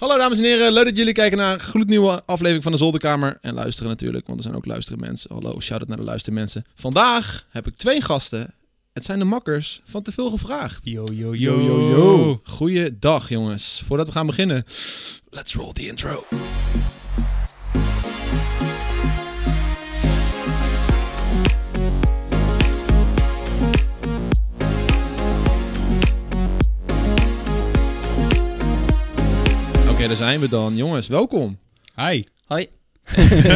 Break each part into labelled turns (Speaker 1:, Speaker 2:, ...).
Speaker 1: Hallo dames en heren, leuk dat jullie kijken naar een gloednieuwe aflevering van de Zolderkamer. En luisteren natuurlijk, want er zijn ook luisteren mensen. Hallo, shout-out naar de luistermensen. Vandaag heb ik twee gasten. Het zijn de makkers van Te Veel Gevraagd.
Speaker 2: Yo, yo,
Speaker 1: Yo, yo, yo. Goeiedag jongens. Voordat we gaan beginnen, let's roll the intro. Oké, daar zijn we dan. Jongens, welkom.
Speaker 2: Hi.
Speaker 3: Hoi.
Speaker 1: Hebben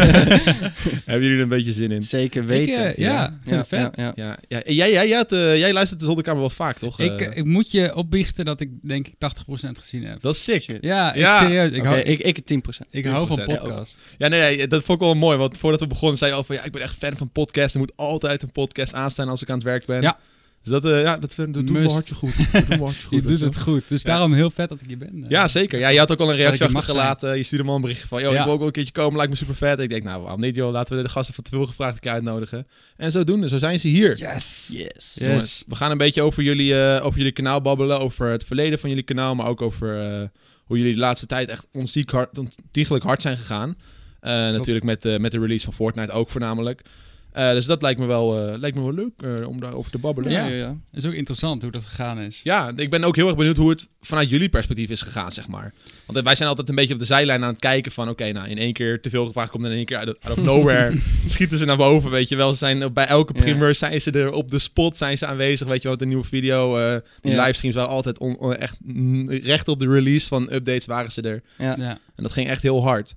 Speaker 1: jullie er een beetje zin in?
Speaker 3: Zeker
Speaker 2: weten. eh, ja, vind het vet.
Speaker 3: Ja,
Speaker 1: Ja, ja. En Jij, jij, jij, had, eh, jij luistert de Zolderkamer wel vaak, toch?
Speaker 2: Ik,
Speaker 1: Eh,
Speaker 2: ik moet je opbiechten dat ik denk ik 80% gezien heb.
Speaker 1: dat is sick.
Speaker 2: Ja, ik
Speaker 1: Ja.
Speaker 2: serieus. Ik
Speaker 3: Ik,
Speaker 2: hou, ik,
Speaker 3: ik, ik 10%.
Speaker 2: ik hou van
Speaker 1: 10%, ja, ook.
Speaker 2: podcast.
Speaker 1: Ja, nee, nee, dat vond ik wel mooi. Want voordat we begonnen zei je al van... Ja, ik ben echt fan van podcasts. Er moet altijd een podcast aanstaan als ik aan het werk ben.
Speaker 2: Ja.
Speaker 1: Dus dat, eh, ja, dat, dat doen we
Speaker 2: Must.
Speaker 1: hartje goed. Dat doen we hartje goed.
Speaker 2: je
Speaker 1: weet
Speaker 2: doet
Speaker 1: je
Speaker 2: het goed. Dus
Speaker 1: Ja.
Speaker 2: daarom heel vet dat ik hier ben. eh.
Speaker 1: wel. Ja, zeker. Ja, je had ook al een reactie
Speaker 2: Dat ik er mag
Speaker 1: achtergelaten. Je stuurde me al een berichtje van... Yo, ik
Speaker 2: Ja.
Speaker 1: wil ook wel een keertje komen. Lijkt me super vet. Ik denk, nou, waarom niet joh. Laten we de gasten van te veel gevraagd een keer uitnodigen. En zodoende, zo zijn ze hier.
Speaker 2: Yes.
Speaker 3: Yes.
Speaker 2: Ja.
Speaker 1: Jongens, we gaan een beetje over jullie, eh, over jullie kanaal babbelen, over het verleden van jullie kanaal, maar ook over eh, hoe jullie de laatste tijd echt ontiek hard, ontiegelijk hard zijn gegaan. Eh, natuurlijk met, eh, met de release van Fortnite ook voornamelijk. Eh, dus dat lijkt me wel, eh, lijkt me wel leuk eh, om daarover te babbelen.
Speaker 2: Ja.
Speaker 3: Ja, ja.
Speaker 2: is ook interessant hoe dat gegaan is.
Speaker 1: Ja, ik ben ook heel erg benieuwd hoe het vanuit jullie perspectief is gegaan, zeg maar. Want eh, wij zijn altijd een beetje op de zijlijn aan het kijken van... oké, nou, in één keer te veel gevraagd komt en in één keer out of, out of nowhere schieten ze naar boven, weet je wel. Ze zijn op- bij elke
Speaker 3: Ja.
Speaker 1: primeur zijn ze er op de spot, zijn ze aanwezig, weet je wel. Met een nieuwe video, eh, die
Speaker 3: Ja.
Speaker 1: livestreams waren altijd on- on- echt mm, recht op de release van updates waren ze er.
Speaker 3: Ja.
Speaker 2: Ja.
Speaker 1: En dat ging echt heel hard.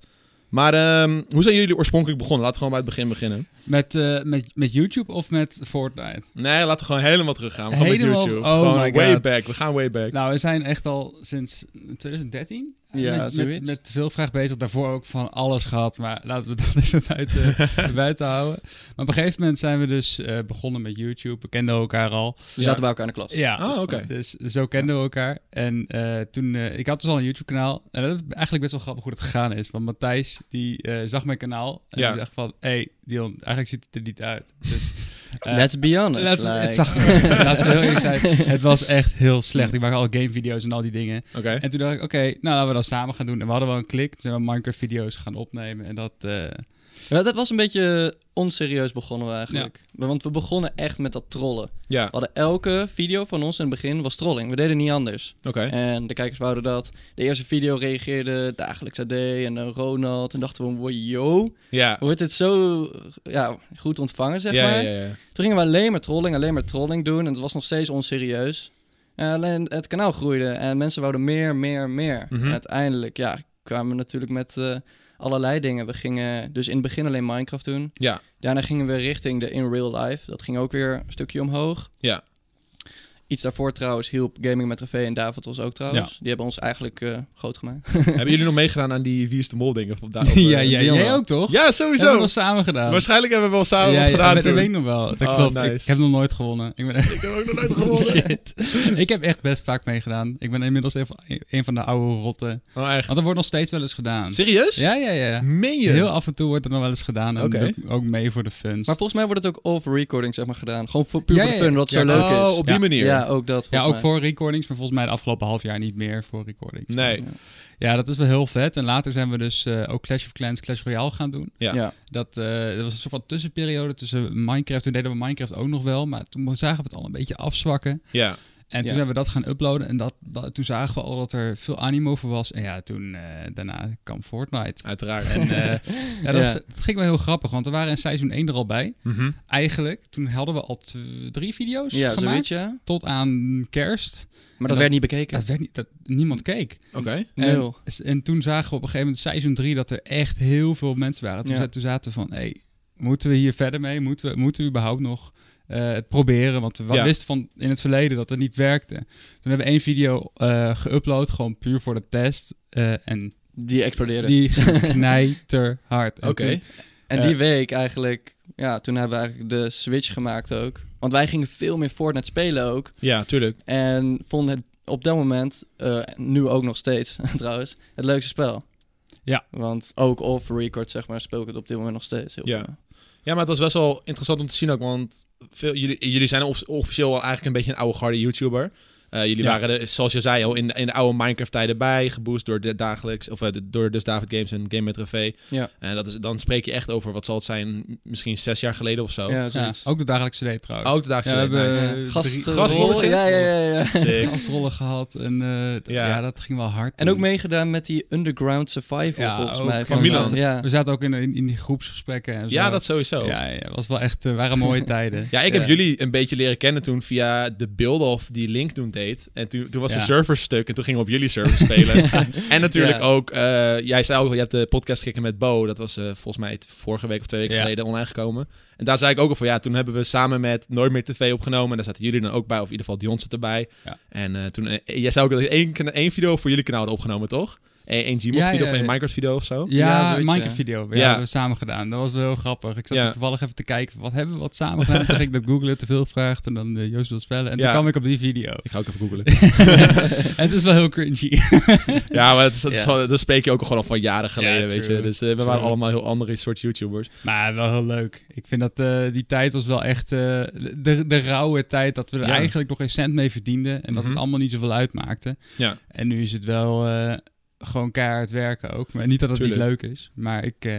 Speaker 1: Maar ehm, hoe zijn jullie oorspronkelijk begonnen? Laten we gewoon bij het begin beginnen.
Speaker 2: Met, eh, met, met YouTube of met Fortnite?
Speaker 1: Nee, laten we gewoon helemaal teruggaan. Gewoon
Speaker 2: Helemaal-
Speaker 1: met YouTube.
Speaker 2: oh
Speaker 1: gewoon
Speaker 2: my
Speaker 1: way
Speaker 2: God.
Speaker 1: back. We gaan way back.
Speaker 2: Nou, we zijn echt al sinds 2013
Speaker 3: Ja,
Speaker 2: met, met,
Speaker 3: zoiets.
Speaker 2: met veel vraag bezig. Daarvoor ook van alles gehad, maar laten we dat even buiten, buiten houden. Maar op een gegeven moment zijn we dus eh, begonnen met YouTube. We kenden elkaar al.
Speaker 3: We zaten bij elkaar in de klas.
Speaker 2: Ja,
Speaker 1: Ah,
Speaker 2: dus-
Speaker 1: oké.
Speaker 2: dus zo kenden we elkaar. En eh, toen, eh, ik had dus al een YouTube-kanaal. En dat is eigenlijk best wel grappig hoe dat gegaan is. Want Matthijs, die eh, zag mijn kanaal. En
Speaker 1: Ja.
Speaker 2: die zegt van, hé hey, Dion, eigenlijk ziet het er niet uit. Dus, eh,
Speaker 3: Let's be honest.
Speaker 2: laten we-
Speaker 3: like-
Speaker 2: het zag, laten we heel eerlijk zijn, het was echt heel slecht. Ik maak al gamevideo's en al die dingen.
Speaker 1: Oké.
Speaker 2: En toen dacht ik, oké, nou laten we dat samen gaan doen. En we hadden wel een klik. Toen zijn we Minecraft-video's gaan opnemen. En dat, eh,
Speaker 3: Ja, dat was een beetje onserieus begonnen we eigenlijk. Want we begonnen echt met dat trollen.
Speaker 1: Ja,
Speaker 3: We hadden elke video van ons in het begin was trolling. We deden niet anders.
Speaker 1: oké.
Speaker 3: En de kijkers wouden dat. De eerste video reageerde dagelijks AD en eh, Ronald. En dachten we, wow, yo,
Speaker 1: Ja.
Speaker 3: wordt dit zo ja, goed ontvangen, zeg
Speaker 1: ja,
Speaker 3: maar.
Speaker 1: ja, ja, ja.
Speaker 3: Toen gingen we alleen maar trolling, alleen maar trolling doen. En het was nog steeds onserieus. En alleen het kanaal groeide en mensen wouden meer, meer, meer.
Speaker 1: Mhm.
Speaker 3: En uiteindelijk, ja, kwamen we natuurlijk met eh, allerlei dingen. We gingen dus in het begin alleen Minecraft doen.
Speaker 1: Ja.
Speaker 3: Daarna gingen we richting de in real life. Dat ging ook weer een stukje omhoog.
Speaker 1: Ja.
Speaker 3: Iets daarvoor trouwens hielp Gaming met Trofee en David ons ook trouwens. Die hebben ons eigenlijk eh, groot gemaakt.
Speaker 1: Hebben jullie nog meegedaan aan die Wie is de Mol dingen? Of daar, eh,
Speaker 2: ja, ja,
Speaker 3: eh, Dion
Speaker 2: jij
Speaker 3: wel.
Speaker 2: ook toch?
Speaker 1: ja,
Speaker 2: We hebben
Speaker 1: sowieso.
Speaker 2: we samen gedaan.
Speaker 1: Waarschijnlijk hebben we wel samen
Speaker 2: ja,
Speaker 1: wat
Speaker 2: ja,
Speaker 1: gedaan
Speaker 2: dat
Speaker 1: toen.
Speaker 2: weet ik nog wel. Dat
Speaker 1: Oh,
Speaker 2: klopt. Ik,
Speaker 1: nice.
Speaker 2: ik heb nog nooit gewonnen. Ik ben
Speaker 1: Ik heb ook nog nooit gewonnen.
Speaker 2: Shit. Ik heb echt best vaak meegedaan. Ik ben inmiddels even een van de oude rotten.
Speaker 1: Oh, echt.
Speaker 2: Want er wordt nog steeds wel eens gedaan.
Speaker 1: Serieus?
Speaker 2: Ja, ja, ja.
Speaker 1: Meen je?
Speaker 2: Heel af en toe wordt er nog wel eens gedaan. En
Speaker 1: Oké.
Speaker 2: doe ik ook mee voor de funs.
Speaker 3: Maar volgens mij wordt het ook off-recording zeg maar gedaan. Gewoon voor puur
Speaker 2: Ja,
Speaker 3: voor
Speaker 2: ja,
Speaker 3: de fun,
Speaker 2: ja.
Speaker 3: wat
Speaker 1: Ja,
Speaker 3: zo leuk
Speaker 1: oh,
Speaker 3: is.
Speaker 1: op die
Speaker 2: Ja.
Speaker 1: manier.
Speaker 3: Ja, ook
Speaker 2: ja,
Speaker 3: dat volgens
Speaker 2: ook
Speaker 3: mij.
Speaker 2: voor recordings. Maar volgens mij de afgelopen half jaar niet meer voor recordings.
Speaker 1: Nee.
Speaker 2: Ja, dat is wel heel vet. En later zijn we dus eh, ook Clash of Clans, Clash Royale gaan doen.
Speaker 1: Ja.
Speaker 3: ja.
Speaker 2: Dat, eh, dat was een soort van tussenperiode tussen Minecraft. Toen deden we Minecraft ook nog wel. Maar toen zagen we het al een beetje afzwakken.
Speaker 1: Ja.
Speaker 2: En toen
Speaker 3: Ja.
Speaker 2: zijn we dat gaan uploaden. En dat, dat, toen zagen we al dat er veel animo voor was. En ja, toen eh, daarna kwam Fortnite.
Speaker 1: Uiteraard.
Speaker 2: En eh, ja, dat,
Speaker 3: Ja.
Speaker 2: dat ging wel heel grappig. Want we waren in seizoen 1 er al bij.
Speaker 1: Mhm.
Speaker 2: Eigenlijk, toen hadden we al tw- drie video's
Speaker 3: Ja,
Speaker 2: gemaakt.
Speaker 3: zoiets, ja.
Speaker 2: Tot aan kerst.
Speaker 3: Maar
Speaker 2: dat-
Speaker 3: dat werd niet bekeken.
Speaker 2: Dat werd niet, dat, niemand keek.
Speaker 1: Oké.
Speaker 3: Nul.
Speaker 2: En, en toen zagen we op een gegeven moment seizoen 3 dat er echt heel veel mensen waren. Toen,
Speaker 3: Ja.
Speaker 2: za- toen zaten we van, hé, moeten we hier verder mee? Moeten we, moeten we überhaupt nog eh, het proberen? Want we wa-
Speaker 1: Ja.
Speaker 2: wisten van in het verleden dat het niet werkte. Toen hebben we één video eh geüpload, gewoon puur voor de test. eh, en
Speaker 3: Die explodeerde.
Speaker 2: die ging knijterhard. En
Speaker 1: Oké.
Speaker 2: toen-
Speaker 3: en
Speaker 2: eh,
Speaker 3: die week eigenlijk, ja, toen hebben we eigenlijk de switch gemaakt ook. Want wij gingen veel meer Fortnite spelen ook.
Speaker 1: Ja, tuurlijk.
Speaker 3: En vonden het op dat moment, eh, nu ook nog steeds trouwens, het leukste spel.
Speaker 2: Ja.
Speaker 3: Want ook off-record, zeg maar, speel ik het op dit moment nog steeds heel
Speaker 1: Ja.
Speaker 3: veel.
Speaker 1: Ja, maar het was best wel interessant om te zien ook, want veel, jullie, jullie zijn off- officieel wel eigenlijk een beetje een oude garde YouTuber. Eh, Eh, jullie
Speaker 2: Ja.
Speaker 1: waren, er, zoals je zei, al in de, in de oude Minecraft-tijden bij. Geboost door de dagelijks, of eh, de- door dus David Games en Game met Trofee.
Speaker 3: Ja.
Speaker 1: En dat is, dan spreek je echt over, wat zal het zijn, m- misschien zes jaar geleden of zo.
Speaker 3: Ja,
Speaker 2: Oh. Ja,
Speaker 3: zoiets.
Speaker 2: ook de dagelijkse date trouwens.
Speaker 1: Ook de dag
Speaker 2: Ja, we hebben
Speaker 1: nice.
Speaker 2: eh, drie-
Speaker 3: Gastrollen.
Speaker 1: gastrollen.
Speaker 3: Ja, ja, ja, ja.
Speaker 1: Sick.
Speaker 2: gastrollen gehad. En eh, d-
Speaker 1: Ja.
Speaker 2: ja. dat ging wel hard.
Speaker 3: En ook
Speaker 2: toen.
Speaker 3: meegedaan met die Underground Survival,
Speaker 2: Ja,
Speaker 3: volgens
Speaker 2: ook
Speaker 3: mij.
Speaker 2: van
Speaker 1: Milan.
Speaker 3: Ja.
Speaker 2: We zaten ook in, in, in die groepsgesprekken en zo.
Speaker 1: Ja, dat sowieso. Ja,
Speaker 2: Ja, ja, was wel echt, eh, waren mooie tijden.
Speaker 1: ik
Speaker 3: Ja.
Speaker 1: heb jullie een beetje leren kennen toen via de beelden of die Link toen deed. En toen, toen was de
Speaker 2: Ja.
Speaker 1: server stuk en toen gingen we op jullie server spelen. En natuurlijk
Speaker 3: Ja.
Speaker 1: ook, eh, jij zei ook al, je hebt de podcast gekeken met Bo. Dat was eh, volgens mij het vorige week of twee weken
Speaker 2: Ja.
Speaker 1: geleden online gekomen. En daar zei ik ook al van, ja, toen hebben we samen met Nooit meer TV opgenomen. En daar zaten jullie dan ook bij, of in ieder geval Dion zat erbij.
Speaker 2: Ja.
Speaker 1: En eh, toen, eh, jij zei ook dat je één, kana- één video voor jullie kanaal had opgenomen, toch? Eén één Gmod
Speaker 2: Ja,
Speaker 1: video
Speaker 2: ja,
Speaker 1: of één
Speaker 2: ja.
Speaker 1: Minecraft video of zo.
Speaker 2: Ja,
Speaker 3: Ja, zoiets,
Speaker 2: Minecraft
Speaker 3: ja.
Speaker 2: video. Ja,
Speaker 1: Ja.
Speaker 2: hebben we samen gedaan. Dat was wel heel grappig. Ik zat
Speaker 1: Ja.
Speaker 2: er toevallig even te kijken, wat hebben we wat samen gedaan? Toen ging ik dat googlen, te veel gevraagd en dan eh, Joost wil spellen. En
Speaker 1: Ja.
Speaker 2: toen kwam ik op die video.
Speaker 1: Ik ga ook even googlen.
Speaker 2: en het is wel heel cringy.
Speaker 1: ja, maar het, is- het, is
Speaker 3: Ja.
Speaker 1: wel- dat spreek je ook gewoon al van jaren geleden,
Speaker 2: Ja,
Speaker 1: weet
Speaker 2: true.
Speaker 1: je. Dus eh, we
Speaker 2: True.
Speaker 1: waren allemaal heel andere soort YouTubers.
Speaker 2: maar wel heel leuk. Ik vind dat eh, die tijd was wel echt eh, de, de rauwe tijd dat we er
Speaker 1: Ja.
Speaker 2: eigenlijk nog geen cent mee verdienden. En dat
Speaker 1: Mhm.
Speaker 2: het allemaal niet zoveel uitmaakte.
Speaker 1: Ja.
Speaker 2: En nu is het wel eh, gewoon keihard werken ook. Maar niet dat het niet
Speaker 1: Tuurlijk.
Speaker 2: leuk is, maar ik... eh,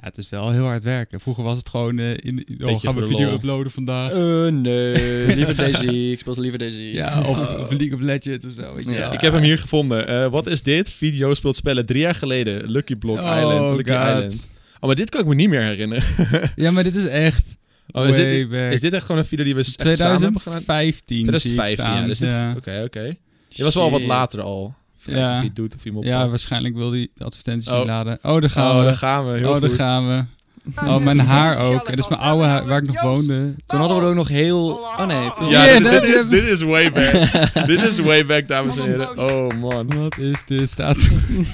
Speaker 2: ja, het is wel heel hard werken. Vroeger was het gewoon eh, in, in- oh,
Speaker 1: Beetje
Speaker 2: gaan we
Speaker 1: voor
Speaker 2: video
Speaker 1: lol.
Speaker 2: uploaden vandaag.
Speaker 3: Eh, nee, liever Daisy. Ik speel liever Daisy. Oh,
Speaker 2: Ja, of, of League of Legends of zo. Weet je
Speaker 3: Ja,
Speaker 2: wel.
Speaker 1: Ik heb hem hier gevonden. Eh, wat is dit? Video speelt spellen drie jaar geleden. Lucky Block
Speaker 2: Oh,
Speaker 1: Island. Lucky
Speaker 2: God.
Speaker 1: Island. Oh, maar dit kan ik me niet meer herinneren.
Speaker 2: Ja, maar dit is echt.
Speaker 1: Oh, is,
Speaker 2: way
Speaker 1: dit,
Speaker 2: back.
Speaker 1: is dit echt gewoon een video die we echt samen hebben gedaan?
Speaker 2: 2015?
Speaker 1: 2015, ja. Dus dit,
Speaker 2: ja.
Speaker 1: oké, oké. Je was wel wat
Speaker 3: Shit.
Speaker 1: later al. Even
Speaker 2: Ja.
Speaker 1: kijken Of je het doet of je hem op.
Speaker 2: Ja, waarschijnlijk wil die de advertentie
Speaker 1: Oh.
Speaker 2: laden. Oh, daar gaan
Speaker 1: oh, daar
Speaker 2: we.
Speaker 1: gaan we. Heel
Speaker 2: oh, daar
Speaker 1: goed.
Speaker 2: gaan we. Oh, mijn haar ook. En dat is mijn oude haar waar ik nog woonde.
Speaker 3: Toen hadden we er ook nog heel... Oh nee. veel-
Speaker 1: Ja,
Speaker 2: Ja,
Speaker 1: dit,
Speaker 2: dat
Speaker 1: dit is,
Speaker 2: heb-
Speaker 1: dit is way back. dit is way back, dames en heren. Oh man,
Speaker 2: Wat is dit? Staat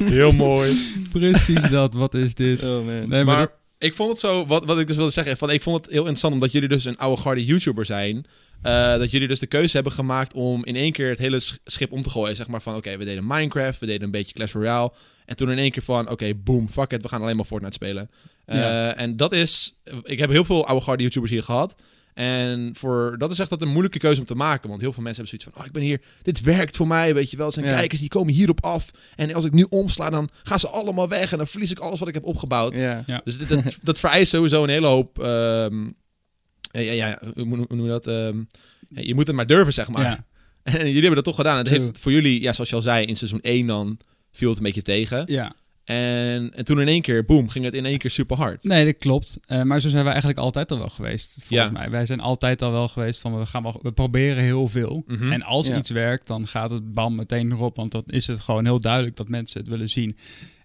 Speaker 1: heel mooi.
Speaker 2: precies dat. Wat is dit?
Speaker 3: Oh man.
Speaker 2: Nee, maar,
Speaker 1: Maar ik vond het zo, wat, wat ik dus wilde zeggen, van, ik vond het heel interessant omdat jullie dus een oude garde YouTuber zijn. eh, dat jullie dus de keuze hebben gemaakt om in één keer het hele sch- schip om te gooien. Zeg maar van, oké, we deden Minecraft, we deden een beetje Clash Royale. En toen in één keer van, oké, boom, fuck it, we gaan alleen maar Fortnite spelen. Eh,
Speaker 2: Ja.
Speaker 1: En dat is, ik heb heel veel oude garde YouTubers hier gehad. En voor, dat is echt dat een moeilijke keuze om te maken. Want heel veel mensen hebben zoiets van, oh, ik ben hier, dit werkt voor mij, weet je wel. Het zijn
Speaker 3: Ja.
Speaker 1: kijkers die komen hierop af. En als ik nu omsla, dan gaan ze allemaal weg. En dan verlies ik alles wat ik heb opgebouwd.
Speaker 3: Ja.
Speaker 1: Dus dit- dat, dat vereist sowieso een hele hoop. ehm, ja, ja, ja, hoe noem- hoe noem je dat? ehm, ja, je moet het maar durven, zeg maar.
Speaker 2: ja.
Speaker 1: En jullie hebben dat toch gedaan. Het
Speaker 2: True.
Speaker 1: heeft voor jullie, ja, zoals je al zei, in seizoen 1 dan viel het een beetje tegen.
Speaker 2: ja.
Speaker 1: En, en toen in één keer, boom, ging het in één keer super hard.
Speaker 2: Nee, dat klopt. Eh, maar zo zijn wij eigenlijk altijd al wel geweest, volgens
Speaker 1: Ja.
Speaker 2: mij. Wij zijn altijd al wel geweest van, we, gaan wel, we proberen heel veel.
Speaker 1: Mhm.
Speaker 2: En als
Speaker 3: Ja.
Speaker 2: iets werkt, dan gaat het bam meteen erop. Want dan is het gewoon heel duidelijk dat mensen het willen zien.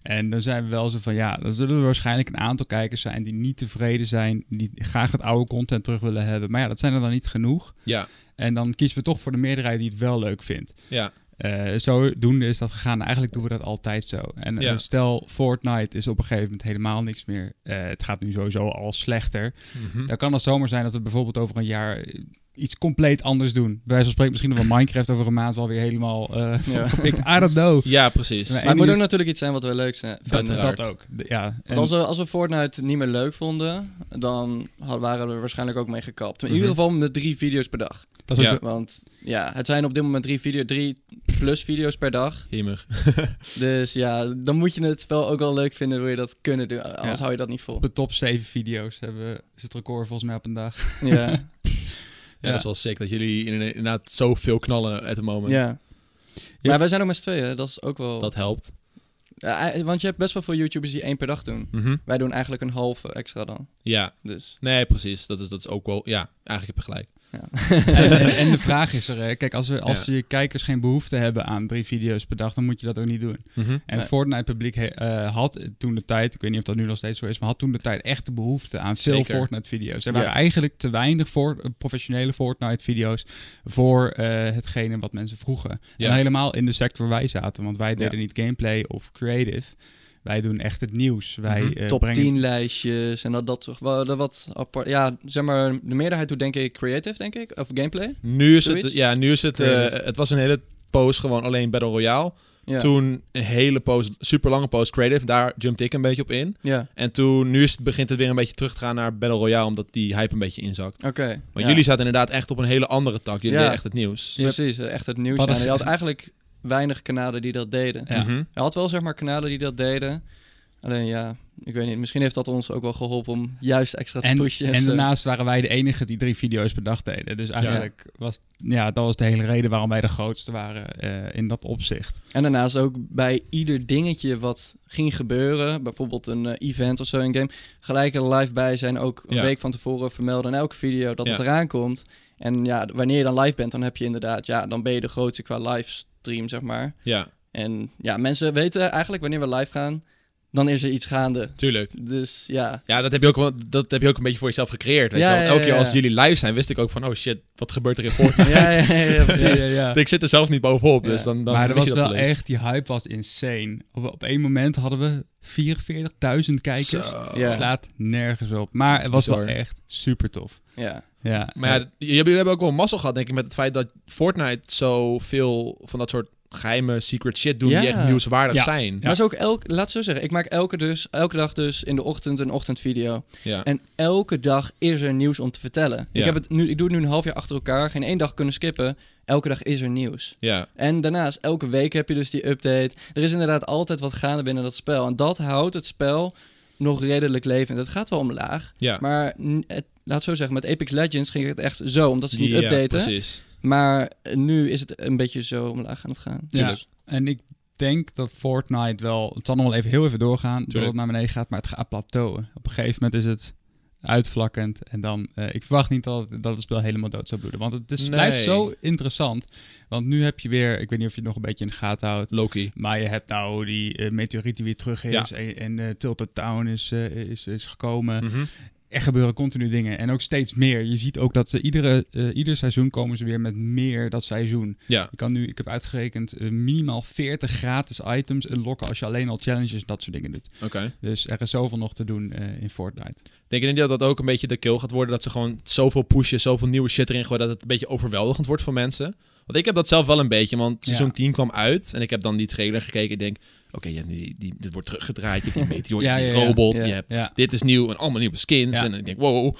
Speaker 2: En dan zijn we wel zo van, ja, dan zullen er waarschijnlijk een aantal kijkers zijn die niet tevreden zijn. Die graag het oude content terug willen hebben. Maar ja, dat zijn er dan niet genoeg.
Speaker 1: Ja,
Speaker 2: En dan kiezen we toch voor de meerderheid die het wel leuk vindt.
Speaker 1: ja,
Speaker 2: Eh, zodoende is dat gegaan. Eigenlijk doen we dat altijd zo. En eh,
Speaker 1: Ja.
Speaker 2: stel, Fortnite is op een gegeven moment helemaal niks meer. Eh, het gaat nu sowieso al slechter.
Speaker 1: Mhm.
Speaker 2: Dan kan het zomaar zijn dat we bijvoorbeeld over een jaar eh, iets compleet anders doen. Bij wijze van spreken misschien nog wel Minecraft over een maand wel weer helemaal eh
Speaker 3: Ja.
Speaker 2: opgepikt. I don't know.
Speaker 1: ja precies.
Speaker 2: Maar-
Speaker 3: Maar het moet
Speaker 2: die
Speaker 3: ook
Speaker 2: is-
Speaker 3: natuurlijk iets zijn wat wij leuk zijn.
Speaker 2: Dat,
Speaker 3: vinden.
Speaker 1: Uiteraard.
Speaker 2: dat ook. De- ja. En-
Speaker 3: Want als we, als we Fortnite niet meer leuk vonden, dan had, waren we er waarschijnlijk ook mee gekapt. In ieder
Speaker 1: Mhm.
Speaker 3: geval met drie video's per dag.
Speaker 2: dat is ook
Speaker 1: Ja.
Speaker 2: de-
Speaker 3: Want ja, het zijn op dit moment drie, video, drie plus video's per dag.
Speaker 1: Jemig.
Speaker 3: Dus ja, dan moet je het spel ook wel leuk vinden, wil je dat kunnen doen. Anders
Speaker 2: Ja.
Speaker 3: hou je dat niet vol.
Speaker 2: op de top 7 video's hebben, we- is het record volgens mij op een dag.
Speaker 3: Ja,
Speaker 1: Ja, dat is wel sick dat jullie in- inderdaad zoveel knallen at the moment.
Speaker 3: ja.
Speaker 2: Ja.
Speaker 3: Maar wij zijn ook met z'n tweeën, dat is ook wel...
Speaker 1: Dat helpt.
Speaker 3: Ja, eh, want je hebt best wel veel YouTubers die één per dag doen.
Speaker 1: Mhm.
Speaker 3: Wij doen eigenlijk een halve extra dan.
Speaker 1: Ja,
Speaker 3: Dus
Speaker 1: nee, precies. Dat is, dat is ook wel, ja, eigenlijk heb je gelijk.
Speaker 3: ja.
Speaker 2: en, en, en de vraag is er, hè, kijk, als, we, als
Speaker 1: Ja.
Speaker 2: je kijkers geen behoefte hebben aan drie video's per dag, dan moet je dat ook niet doen.
Speaker 1: Mhm.
Speaker 2: En
Speaker 3: Nee.
Speaker 2: het Fortnite-publiek he- eh, had toen de tijd, ik weet niet of dat nu nog steeds zo is, maar had toen de tijd echt de behoefte aan veel
Speaker 1: Zeker.
Speaker 2: Fortnite-video's. Er
Speaker 3: Ja.
Speaker 2: waren eigenlijk te weinig voor, eh, professionele Fortnite-video's voor eh, hetgene wat mensen vroegen.
Speaker 1: Ja.
Speaker 2: En helemaal in de sector waar wij zaten, want wij deden niet gameplay of creative. Wij doen echt het nieuws. Wij
Speaker 1: Mhm.
Speaker 2: eh,
Speaker 3: top
Speaker 2: brengen
Speaker 3: 10 lijstjes en dat, dat toch wel dat wat apart. Ja, zeg maar, de meerderheid doet denk ik creative, denk ik. Of gameplay.
Speaker 1: Nu is het,
Speaker 3: Zoiets?
Speaker 1: ja, nu is het, eh,
Speaker 3: Creative.
Speaker 1: het was een hele poos gewoon alleen Battle Royale.
Speaker 3: Ja.
Speaker 1: Toen een hele post, super lange post creative. Daar jumpte ik een beetje op in.
Speaker 3: Ja,
Speaker 1: En toen, nu is het, begint het weer een beetje terug te gaan naar Battle Royale, omdat die hype een beetje inzakt.
Speaker 3: oké.
Speaker 1: Maar
Speaker 3: Ja.
Speaker 1: jullie zaten inderdaad echt op een hele andere tak. Jullie
Speaker 3: Ja.
Speaker 1: deden echt het nieuws.
Speaker 2: Ja.
Speaker 3: Precies, echt het nieuws.
Speaker 2: Wat een
Speaker 3: aan. Je
Speaker 2: ge-
Speaker 3: had eigenlijk weinig kanalen die dat deden.
Speaker 2: Ja.
Speaker 1: Mhm.
Speaker 3: Je had wel zeg maar kanalen die dat deden. Alleen ja, ik weet niet. Misschien heeft dat ons ook wel geholpen om juist extra te
Speaker 2: En,
Speaker 3: pushen.
Speaker 2: en
Speaker 3: zo.
Speaker 2: daarnaast waren wij de enige die drie video's per dag deden. Dus eigenlijk was ja, dat was de hele reden waarom wij de grootste waren eh, in dat opzicht.
Speaker 3: En daarnaast ook bij ieder dingetje wat ging gebeuren, bijvoorbeeld een eh, event of zo in game, gelijk er live bij zijn, ook een
Speaker 1: Ja.
Speaker 3: week van tevoren vermelden in elke video dat
Speaker 1: Ja.
Speaker 3: het eraan komt. En ja, d- wanneer je dan live bent, dan heb je inderdaad, ja, dan ben je de grootste qua livestream, zeg maar.
Speaker 1: Ja,
Speaker 3: En ja, mensen weten eigenlijk wanneer we live gaan, dan is er iets gaande.
Speaker 1: tuurlijk.
Speaker 3: Dus ja,
Speaker 1: Ja, dat heb je ook, wel- dat heb je ook een beetje voor jezelf gecreëerd. Weet
Speaker 3: Ja,
Speaker 1: je wel.
Speaker 3: ja,
Speaker 1: Elke
Speaker 3: ja,
Speaker 1: keer als
Speaker 3: ja.
Speaker 1: jullie live zijn, wist ik ook van, oh shit, wat gebeurt er in
Speaker 3: ja,
Speaker 1: Fortnite?
Speaker 3: ja, ja, ja, precies.
Speaker 2: Ja, ja.
Speaker 1: Ik zit er zelf niet bovenop, dus
Speaker 3: Ja.
Speaker 1: dan, dan
Speaker 2: maar er
Speaker 1: mis
Speaker 2: was
Speaker 1: je dat
Speaker 2: wel
Speaker 1: eens.
Speaker 2: echt, die hype was insane. Op, op één moment hadden we 44.000 kijkers.
Speaker 1: Zo.
Speaker 3: Ja.
Speaker 2: Slaat nergens op. Maar
Speaker 1: is
Speaker 2: het was wel
Speaker 1: bizar.
Speaker 2: echt super tof.
Speaker 3: Ja,
Speaker 2: Ja.
Speaker 1: Maar ja, d- jullie hebben ook wel mazzel gehad, denk ik, met het feit dat Fortnite zoveel van dat soort geheime secret shit doen die
Speaker 3: Ja.
Speaker 1: echt nieuwswaardig
Speaker 2: Ja.
Speaker 1: zijn.
Speaker 2: Ja.
Speaker 3: maar het is ook elk, laat het zo zeggen, ik maak elke, dus, elke dag dus in de ochtend een ochtendvideo.
Speaker 1: Ja.
Speaker 3: En elke dag is er nieuws om te vertellen.
Speaker 1: Ja.
Speaker 3: Ik, heb het nu, ik doe het nu een half jaar achter elkaar. Geen één dag kunnen skippen. Elke dag is er nieuws.
Speaker 1: ja.
Speaker 3: En daarnaast, elke week heb je dus die update. Er is inderdaad altijd wat gaande binnen dat spel. En dat houdt het spel nog redelijk levend. Het gaat wel omlaag.
Speaker 1: Ja.
Speaker 3: Maar n- het, laat het zo zeggen, met Apex Legends ging het echt zo. Omdat ze het niet
Speaker 1: Ja,
Speaker 3: updaten.
Speaker 1: precies.
Speaker 3: Maar eh, nu is het een beetje zo omlaag aan het gaan.
Speaker 2: Ja.
Speaker 3: Dus-
Speaker 2: En ik denk dat Fortnite wel... Het zal nog wel even heel even doorgaan, dat
Speaker 1: Tuurlijk.
Speaker 2: het naar beneden gaat, maar het gaat plateauen. Op een gegeven moment is het uitvlakkend en dan... eh, ik verwacht niet dat, dat het spel helemaal dood zou bloeden, want het is,
Speaker 1: Nee.
Speaker 2: blijft zo interessant. Want nu heb je weer... Ik weet niet of je het nog een beetje in de gaten houdt.
Speaker 1: Loki.
Speaker 2: Maar je hebt nou die eh, meteoriet die weer terug is en, en eh, Tilted Town is, eh, is, is gekomen.
Speaker 1: Mhm.
Speaker 2: Er gebeuren continu dingen en ook steeds meer. Je ziet ook dat ze iedere, eh, ieder seizoen komen ze weer met meer dat seizoen.
Speaker 1: Ja.
Speaker 2: Je kan nu, ik heb uitgerekend, eh, minimaal 40 gratis items unlocken als je alleen al challenges en dat soort dingen doet.
Speaker 1: Oké.
Speaker 2: Dus er is zoveel nog te doen eh, in Fortnite.
Speaker 1: Denk je niet dat dat ook een beetje de kill gaat worden? Dat ze gewoon zoveel pushen, zoveel nieuwe shit erin gooien, dat het een beetje overweldigend wordt voor mensen? Want ik heb dat zelf wel een beetje, want seizoen
Speaker 2: Ja.
Speaker 1: 10 kwam uit en ik heb dan die trailer gekeken en denk, oké, je hebt die, die, dit wordt teruggedraaid, je hebt die meteor, je
Speaker 2: Ja,
Speaker 1: hebt die
Speaker 2: ja, ja.
Speaker 1: robot,
Speaker 3: Ja.
Speaker 1: je hebt
Speaker 2: Ja,
Speaker 1: dit is nieuw en allemaal nieuwe skins.
Speaker 2: Ja.
Speaker 1: En ik denk, wow.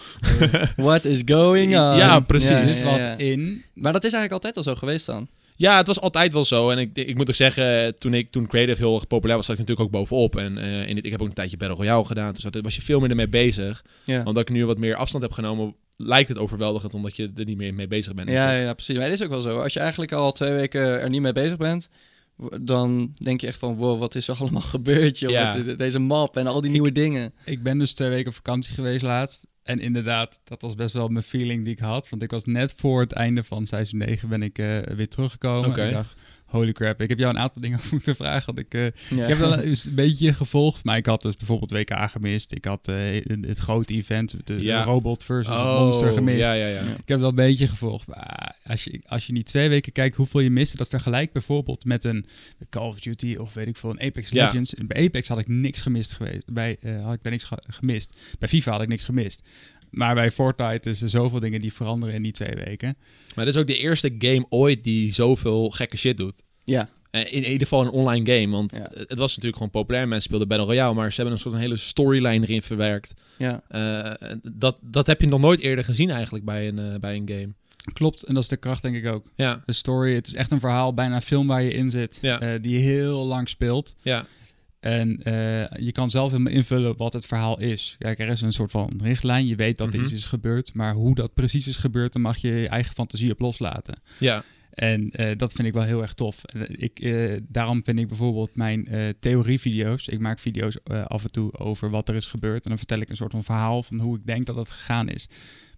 Speaker 3: What is going on?
Speaker 1: Ja, precies.
Speaker 2: er
Speaker 1: Ja,
Speaker 2: zit
Speaker 1: ja,
Speaker 2: wat
Speaker 3: ja.
Speaker 2: in.
Speaker 3: Maar dat is eigenlijk altijd al zo geweest dan.
Speaker 1: Ja, het was altijd wel zo. En ik, ik moet ook zeggen, toen, ik, toen Creative heel erg populair was, zat ik natuurlijk ook bovenop. En eh, in dit, ik heb ook een tijdje Battle Royale gedaan, dus dat was je veel meer ermee bezig.
Speaker 3: Ja.
Speaker 1: Omdat ik nu wat meer afstand heb genomen, lijkt het overweldigend, omdat je er niet meer mee bezig bent.
Speaker 3: Ja, ja, precies. Maar het is ook wel zo. Als je eigenlijk al twee weken er niet mee bezig bent, w- dan denk je echt van, wow, wat is er allemaal gebeurd, joh.
Speaker 1: Ja.
Speaker 3: met de- deze map en al die nieuwe dingen.
Speaker 2: Ik ben dus twee weken op vakantie geweest laatst. En inderdaad, dat was best wel mijn feeling die ik had. Want ik was net voor het einde van seizoen 9 ben ik eh, weer teruggekomen.
Speaker 1: Oké.
Speaker 2: En Ik dacht, holy crap, ik heb jou een aantal dingen moeten vragen. Want ik, eh,
Speaker 3: Ja.
Speaker 2: ik heb wel eens een beetje gevolgd, maar ik had dus bijvoorbeeld WK gemist. Ik had eh, het grote event, de de
Speaker 1: Ja.
Speaker 2: robot versus het
Speaker 1: Oh,
Speaker 2: monster gemist.
Speaker 1: Ja, ja, ja.
Speaker 2: Ik heb wel een beetje gevolgd. Maar als je, als je niet twee weken kijkt hoeveel je miste, dat vergelijkt bijvoorbeeld met een Call of Duty of weet ik veel, een Apex
Speaker 1: Ja.
Speaker 2: Legends. Bij Apex had ik niks gemist geweest. Bij, eh, had ik bij niks ge- gemist. Bij FIFA had ik niks gemist. Maar bij Fortnite is er zoveel dingen die veranderen in die twee weken.
Speaker 1: Maar dit is ook de eerste game ooit die zoveel gekke shit doet.
Speaker 3: Ja.
Speaker 1: Eh, In ieder geval een online game, want
Speaker 3: Ja.
Speaker 1: het was natuurlijk gewoon populair. Mensen speelden Battle Royale, maar ze hebben een soort een hele storyline erin verwerkt.
Speaker 3: ja.
Speaker 1: Eh, dat, dat heb je nog nooit eerder gezien eigenlijk bij een, eh, bij een game.
Speaker 2: Klopt, en dat is de kracht denk ik ook.
Speaker 1: Ja,
Speaker 2: De story, het is echt een verhaal, bijna een film waar je in zit,
Speaker 1: Ja.
Speaker 2: eh, die heel lang speelt.
Speaker 1: ja.
Speaker 2: En eh, je kan zelf helemaal invullen wat het verhaal is. Kijk, er is een soort van richtlijn. Je weet dat
Speaker 1: Mhm.
Speaker 2: iets is gebeurd. Maar hoe dat precies is gebeurd, dan mag je je eigen fantasie op loslaten.
Speaker 1: ja.
Speaker 2: En eh, dat vind ik wel heel erg tof. En, eh, Ik, eh, daarom vind ik bijvoorbeeld mijn eh, theorievideo's. Ik maak video's eh, af en toe over wat er is gebeurd. En dan vertel ik een soort van verhaal van hoe ik denk dat het gegaan is.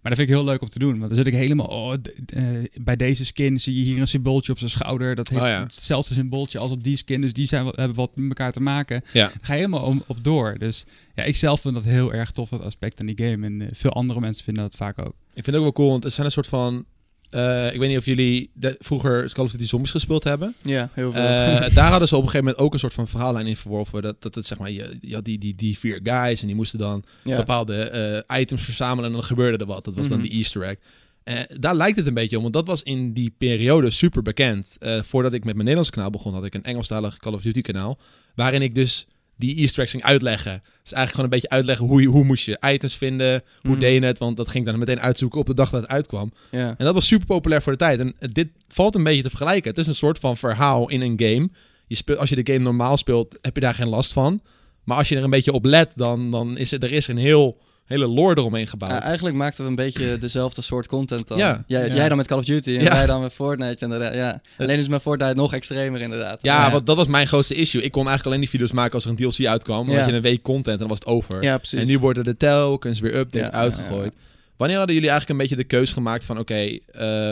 Speaker 2: Maar dat vind ik heel leuk om te doen. Want dan zit ik helemaal... Oh, d- d- eh, bij deze skin zie je hier een symbooltje op zijn schouder. Dat heeft
Speaker 1: Oh ja.
Speaker 2: hetzelfde symbooltje als op die skin. Dus die zijn, wel- hebben wat met elkaar te maken.
Speaker 1: Ja.
Speaker 2: Daar ga je helemaal om, op door. Dus ja, ik zelf vind dat heel erg tof, dat aspect aan die game. En eh, veel andere mensen vinden dat vaak ook.
Speaker 1: Ik vind het ook wel cool, want er zijn een soort van... eh, ik weet niet of jullie de- vroeger Call of Duty Zombies gespeeld hebben.
Speaker 3: Ja, heel veel.
Speaker 1: Eh, daar hadden ze op een gegeven moment ook een soort van verhaallijn in verworven. Dat, dat het zeg maar, je, je had die, die, die vier guys en die moesten dan
Speaker 3: ja.
Speaker 1: bepaalde eh, items verzamelen en dan gebeurde er wat. Dat was
Speaker 3: Mhm.
Speaker 1: dan die easter egg. Eh, daar lijkt het een beetje om, want dat was in die periode super bekend. Eh, voordat ik met mijn Nederlands kanaal begon, had ik een Engelstalig Call of Duty kanaal. Waarin ik dus die Easter eggs ging uitleggen. Dus eigenlijk gewoon een beetje uitleggen hoe, je, hoe moest je items vinden. Hoe
Speaker 2: Mm.
Speaker 1: deed je het? Want dat ging ik dan meteen uitzoeken op de dag dat het uitkwam.
Speaker 3: Mhm. Ja.
Speaker 1: En dat was super populair voor de tijd. En eh, dit valt een beetje te vergelijken. Het is een soort van verhaal in een game. Je speelt, als je de game normaal speelt, heb je daar geen last van. Maar als je er een beetje op let, dan, dan is er, er is een heel, hele lore eromheen
Speaker 3: Ja,
Speaker 1: gebouwd.
Speaker 3: eigenlijk maakten we een beetje dezelfde soort content dan.
Speaker 1: Ja.
Speaker 3: Jij,
Speaker 2: Ja.
Speaker 3: jij dan met Call of Duty en
Speaker 1: Ja.
Speaker 3: wij dan met Fortnite. Inderdaad, ja. Alleen is met Fortnite nog extremer inderdaad.
Speaker 1: ja,
Speaker 2: Ja.
Speaker 1: want dat was mijn grootste issue. Ik kon eigenlijk alleen die video's maken als er een DLC uitkwam. Dan
Speaker 3: Ja.
Speaker 1: had je een week content en dan was het over.
Speaker 3: ja precies.
Speaker 1: en nu worden er telkens weer updates
Speaker 3: Ja, ja, ja,
Speaker 1: uitgegooid. Wanneer hadden jullie eigenlijk een beetje de keus gemaakt van... Oké, eh,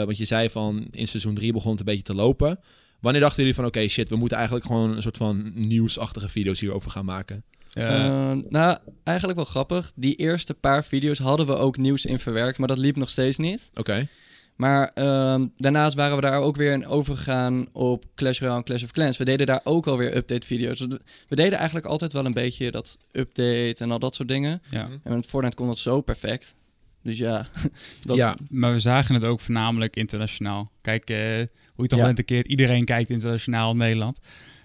Speaker 1: want je zei van in seizoen 3 begon het een beetje te lopen. Wanneer dachten jullie van... Oké, shit, we moeten eigenlijk gewoon een soort van nieuwsachtige video's hierover gaan maken?
Speaker 2: Eh,
Speaker 3: Eh, nou, eigenlijk wel grappig. Die eerste paar video's hadden we ook nieuws in verwerkt, maar dat liep nog steeds niet.
Speaker 1: Oké.
Speaker 3: Maar ehm, daarnaast waren we daar ook weer in overgegaan op Clash Royale en Clash of Clans. We deden daar ook alweer update-video's. We- We deden eigenlijk altijd wel een beetje dat update en al dat soort dingen.
Speaker 2: ja.
Speaker 1: Mhm.
Speaker 3: En met Fortnite kon dat zo perfect. Dus ja, dat,
Speaker 1: ja,
Speaker 2: Maar we zagen het ook voornamelijk internationaal. Kijk, eh, hoe je toch
Speaker 3: Ja.
Speaker 2: wel een keert, iedereen kijkt internationaal in Nederland.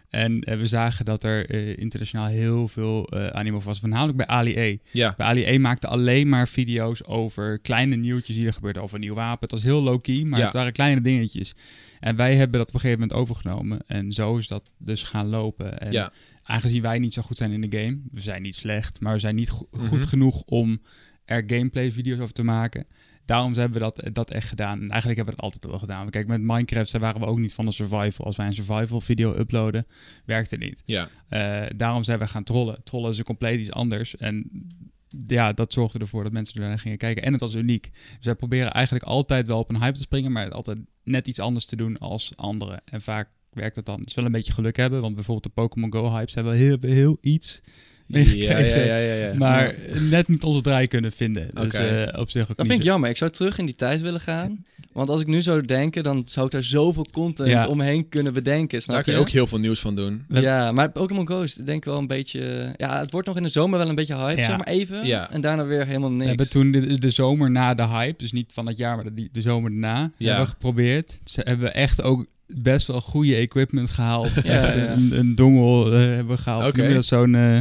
Speaker 2: En eh, we zagen dat er eh, internationaal heel veel eh animo was, voornamelijk bij Ali E.
Speaker 1: ja.
Speaker 2: Bij Ali E maakte alleen maar video's over kleine nieuwtjes die er gebeurden. Over een nieuw wapen. Het was heel low-key, maar
Speaker 1: Ja.
Speaker 2: het waren kleine dingetjes. En wij hebben dat op een gegeven moment overgenomen. En zo is dat dus gaan lopen. En
Speaker 1: Ja.
Speaker 2: aangezien wij niet zo goed zijn in de game. We zijn niet slecht, maar we zijn niet go-
Speaker 1: Mhm.
Speaker 2: goed genoeg om er gameplay-video's over te maken. Daarom hebben we dat, dat echt gedaan. En eigenlijk hebben we dat altijd wel gedaan. Maar Kijk, met Minecraft daar waren we ook niet van de survival. Als wij een survival-video uploaden, werkte het niet.
Speaker 1: ja.
Speaker 2: Eh, daarom zijn we gaan trollen. Trollen is een compleet iets anders. En ja, dat zorgde ervoor dat mensen ernaar gingen kijken. En het was uniek. Dus wij proberen eigenlijk altijd wel op een hype te springen, maar altijd net iets anders te doen als anderen. En vaak werkt dat dan. Het is wel een beetje geluk hebben, want bijvoorbeeld de Pokémon Go hypes hebben heel, heel iets.
Speaker 1: Ja, ja,
Speaker 2: meegekregen,
Speaker 1: ja, ja, ja.
Speaker 2: Maar net niet onze draai kunnen vinden. Dus
Speaker 1: Oké.
Speaker 2: eh, op zich ook
Speaker 3: dat
Speaker 2: niet
Speaker 3: vind ik jammer. Ik zou terug in die tijd willen gaan. Want als ik nu zou denken, dan zou ik daar zoveel content
Speaker 2: Ja.
Speaker 3: omheen kunnen bedenken. Snap
Speaker 1: Daar kun je
Speaker 3: je?
Speaker 1: ook heel veel nieuws van doen.
Speaker 2: We-
Speaker 3: Ja, maar Pokémon Go is denk ik wel een beetje... Ja, het wordt nog in de zomer wel een beetje hype,
Speaker 2: Ja.
Speaker 3: zeg maar even.
Speaker 1: Ja.
Speaker 3: En daarna weer helemaal niks.
Speaker 2: We hebben toen de, de zomer na de hype, dus niet van dat jaar, maar de, de zomer daarna,
Speaker 1: Ja.
Speaker 2: hebben we geprobeerd. Dus hebben we echt ook best wel goede equipment gehaald. echt
Speaker 3: ja.
Speaker 2: Een, een dongel eh, hebben we gehaald.
Speaker 1: Oké.
Speaker 2: Noem je dat zo'n eh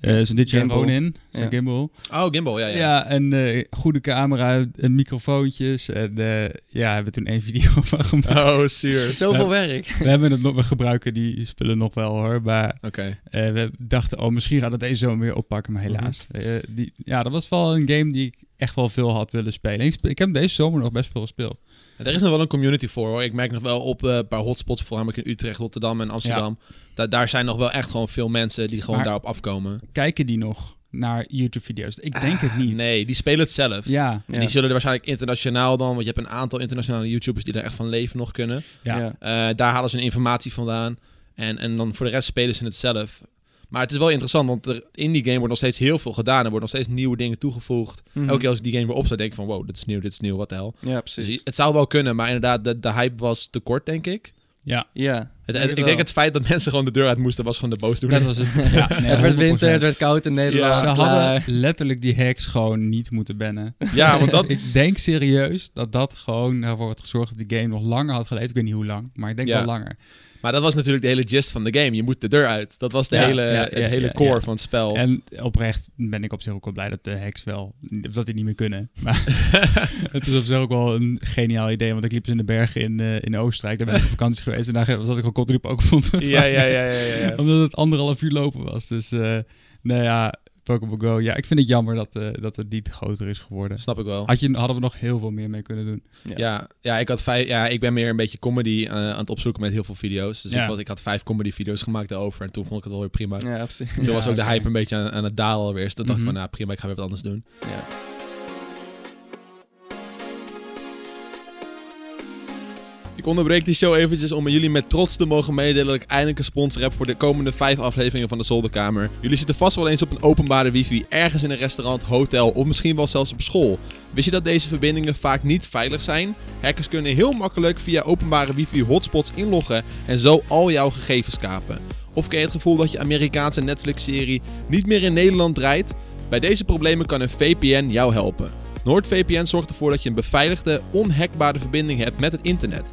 Speaker 2: eh, zo'n Digital
Speaker 3: Gimbal.
Speaker 2: Ronin, zo'n
Speaker 3: Ja.
Speaker 2: gimbal.
Speaker 1: Oh, Gimbal, ja,
Speaker 2: Ja,
Speaker 1: ja.
Speaker 2: en eh, goede camera, en microfoontjes. En eh, ja, hebben we toen één video van gemaakt.
Speaker 1: Oh, zuur. Oké.
Speaker 3: Zoveel werk.
Speaker 2: We, hebben het nog, we gebruiken die spullen nog wel hoor, maar eh, we dachten, oh, misschien gaat het deze zomer weer oppakken, maar helaas. Eh, die, ja, dat was wel een game die ik echt wel veel had willen spelen. Ik, spe- ik heb deze zomer nog best veel gespeeld.
Speaker 1: Er is nog wel een community voor, hoor. Ik merk nog wel op eh, een paar hotspots, voornamelijk in Utrecht, Rotterdam en Amsterdam. Da- daar zijn nog wel echt gewoon veel mensen die gewoon
Speaker 2: Maar-
Speaker 1: daarop afkomen.
Speaker 2: Kijken die nog naar YouTube-video's? Ik denk het niet.
Speaker 1: Nee, die spelen het zelf.
Speaker 2: Ja,
Speaker 1: En die zullen er waarschijnlijk internationaal dan, want je hebt een aantal internationale YouTubers die daar echt van leven nog kunnen.
Speaker 2: ja.
Speaker 3: Ja.
Speaker 1: Eh, daar halen ze hun informatie vandaan. En, en dan voor de rest spelen ze het zelf. Maar het is wel interessant, want er, in die game wordt nog steeds heel veel gedaan. Er worden nog steeds nieuwe dingen toegevoegd.
Speaker 3: Mhm.
Speaker 1: Elke keer als ik die game weer opzet, denk ik van wow, dit is nieuw, dit is nieuw, wat de hel.
Speaker 3: Ja,
Speaker 1: Dus
Speaker 3: precies.
Speaker 1: het zou wel kunnen, maar inderdaad, de, de hype was te kort, denk ik.
Speaker 2: ja.
Speaker 3: Ja.
Speaker 1: Het,
Speaker 3: het
Speaker 1: ik
Speaker 3: wel.
Speaker 1: denk het feit dat mensen gewoon de deur uit moesten, was gewoon de boosdoener.
Speaker 2: dat was het. Ja, nee,
Speaker 3: het werd
Speaker 2: 100%.
Speaker 3: winter, het werd koud in Nederland.
Speaker 2: Ze
Speaker 3: klaar.
Speaker 2: hadden letterlijk die hacks gewoon niet moeten bannen.
Speaker 1: Ja, want dat...
Speaker 2: Ik denk serieus dat dat gewoon ervoor had gezorgd dat die game nog langer had geleefd. Ik weet niet hoe lang, maar ik denk
Speaker 1: Ja.
Speaker 2: wel langer.
Speaker 1: Maar dat was natuurlijk de hele gist van de game. Je moet de deur uit. Dat was de
Speaker 2: Ja,
Speaker 1: hele,
Speaker 2: ja,
Speaker 1: het
Speaker 2: ja,
Speaker 1: hele
Speaker 2: ja,
Speaker 1: core
Speaker 2: ja.
Speaker 1: van het spel.
Speaker 2: En oprecht ben ik op zich ook wel blij dat de hacks wel, dat die niet meer kunnen. Maar het is op zich ook wel een geniaal idee, want ik liep dus in de bergen in, eh, in Oostenrijk. Daar ben ik op vakantie geweest en daar zat ik gewoon continu op Pokémon te
Speaker 1: ja, ja,
Speaker 2: vangen.
Speaker 1: ja, ja, ja, ja.
Speaker 2: Omdat het anderhalf uur lopen was. Dus eh nou ja, Pokémon Go, ja, ik vind het jammer dat, eh, dat het niet groter is geworden.
Speaker 1: Snap ik wel.
Speaker 2: Had je, hadden we nog heel veel meer mee kunnen doen.
Speaker 1: Ja, ja, ik had vijf, ja, ik ben meer een beetje comedy eh, aan het opzoeken met heel veel video's. Dus
Speaker 2: Ja.
Speaker 1: ik, was, ik had vijf comedy video's gemaakt daarover en toen vond ik het wel weer prima.
Speaker 3: Ja, precies.
Speaker 1: Toen
Speaker 2: Ja,
Speaker 1: was ook de
Speaker 2: oké.
Speaker 1: hype een beetje aan, aan het dalen alweer. Dus toen dacht ik
Speaker 2: Mhm.
Speaker 1: van, nou prima, ik ga weer wat anders doen.
Speaker 3: Ja.
Speaker 1: Ik onderbreek die show eventjes om jullie met trots te mogen meedelen dat ik eindelijk een sponsor heb voor de komende vijf afleveringen van de Zolderkamer. Jullie zitten vast wel eens op een openbare wifi, ergens in een restaurant, hotel of misschien wel zelfs op school. Wist je dat deze verbindingen vaak niet veilig zijn? Hackers kunnen heel makkelijk via openbare wifi hotspots inloggen en zo al jouw gegevens kapen. Of ken je het gevoel dat je Amerikaanse Netflix-serie niet meer in Nederland draait? Bij deze problemen kan een VPN jou helpen. NoordVPN zorgt ervoor dat je een beveiligde, onhackbare verbinding hebt met het internet.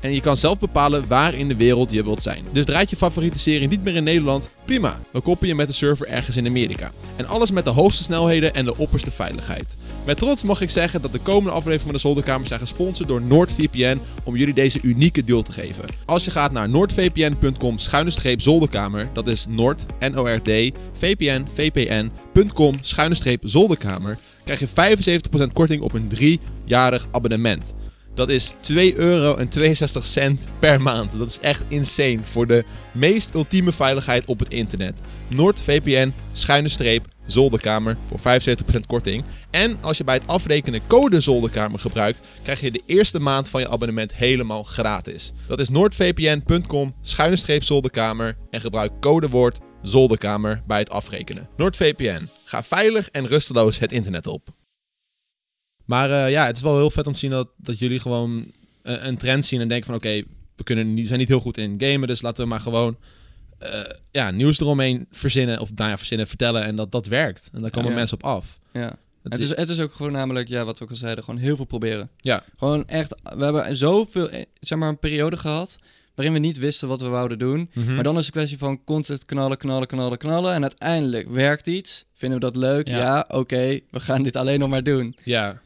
Speaker 1: En je kan zelf bepalen waar in de wereld je wilt zijn. Dus draait je favoriete serie niet meer in Nederland? Prima, dan koppel je met de server ergens in Amerika. En alles met de hoogste snelheden en de opperste veiligheid. Met trots mag ik zeggen dat de komende afleveringen van de Zolderkamer zijn gesponsord door NoordVPN om jullie deze unieke deal te geven. Als je gaat naar noordvpn.com schuine streep zolderkamer, dat is noord, N-O-R-D, vpn, vpn.com schuine streep zolderkamer, krijg je 75% korting op een driejarig abonnement. Dat is 2,62 euro per maand. Dat is echt insane voor de meest ultieme veiligheid op het internet. NoordVPN, schuine streep, zolderkamer voor 75% korting. En als je bij het afrekenen code zolderkamer gebruikt, krijg je de eerste maand van je abonnement helemaal gratis. Dat is noordvpn.com, schuine streep zolderkamer en gebruik codewoord zolderkamer bij het afrekenen. NoordVPN, ga veilig en rusteloos het internet op. Maar eh, ja, het is wel heel vet om te zien dat, dat jullie gewoon eh, een trend zien en denken van oké, we kunnen niet, zijn niet heel goed in gamen, dus laten we maar gewoon eh, ja, nieuws eromheen verzinnen of nou ja, verzinnen, vertellen en dat dat werkt. En daar komen
Speaker 3: Ja.
Speaker 1: mensen op af.
Speaker 3: Ja.
Speaker 1: Het
Speaker 3: Het
Speaker 1: is-
Speaker 3: is, het is ook gewoon namelijk, ja, wat we ook al zeiden, gewoon heel veel proberen.
Speaker 1: Ja.
Speaker 3: Gewoon echt, we hebben zoveel, eh, zeg maar, een periode gehad waarin we niet wisten wat we wouden doen.
Speaker 1: Hm.
Speaker 3: Mhm. Maar dan is het kwestie van content knallen, knallen, knallen, knallen. En uiteindelijk werkt iets. Vinden we dat leuk?
Speaker 2: Ja.
Speaker 3: Ja, oké, we gaan dit alleen nog maar doen.
Speaker 1: Ja,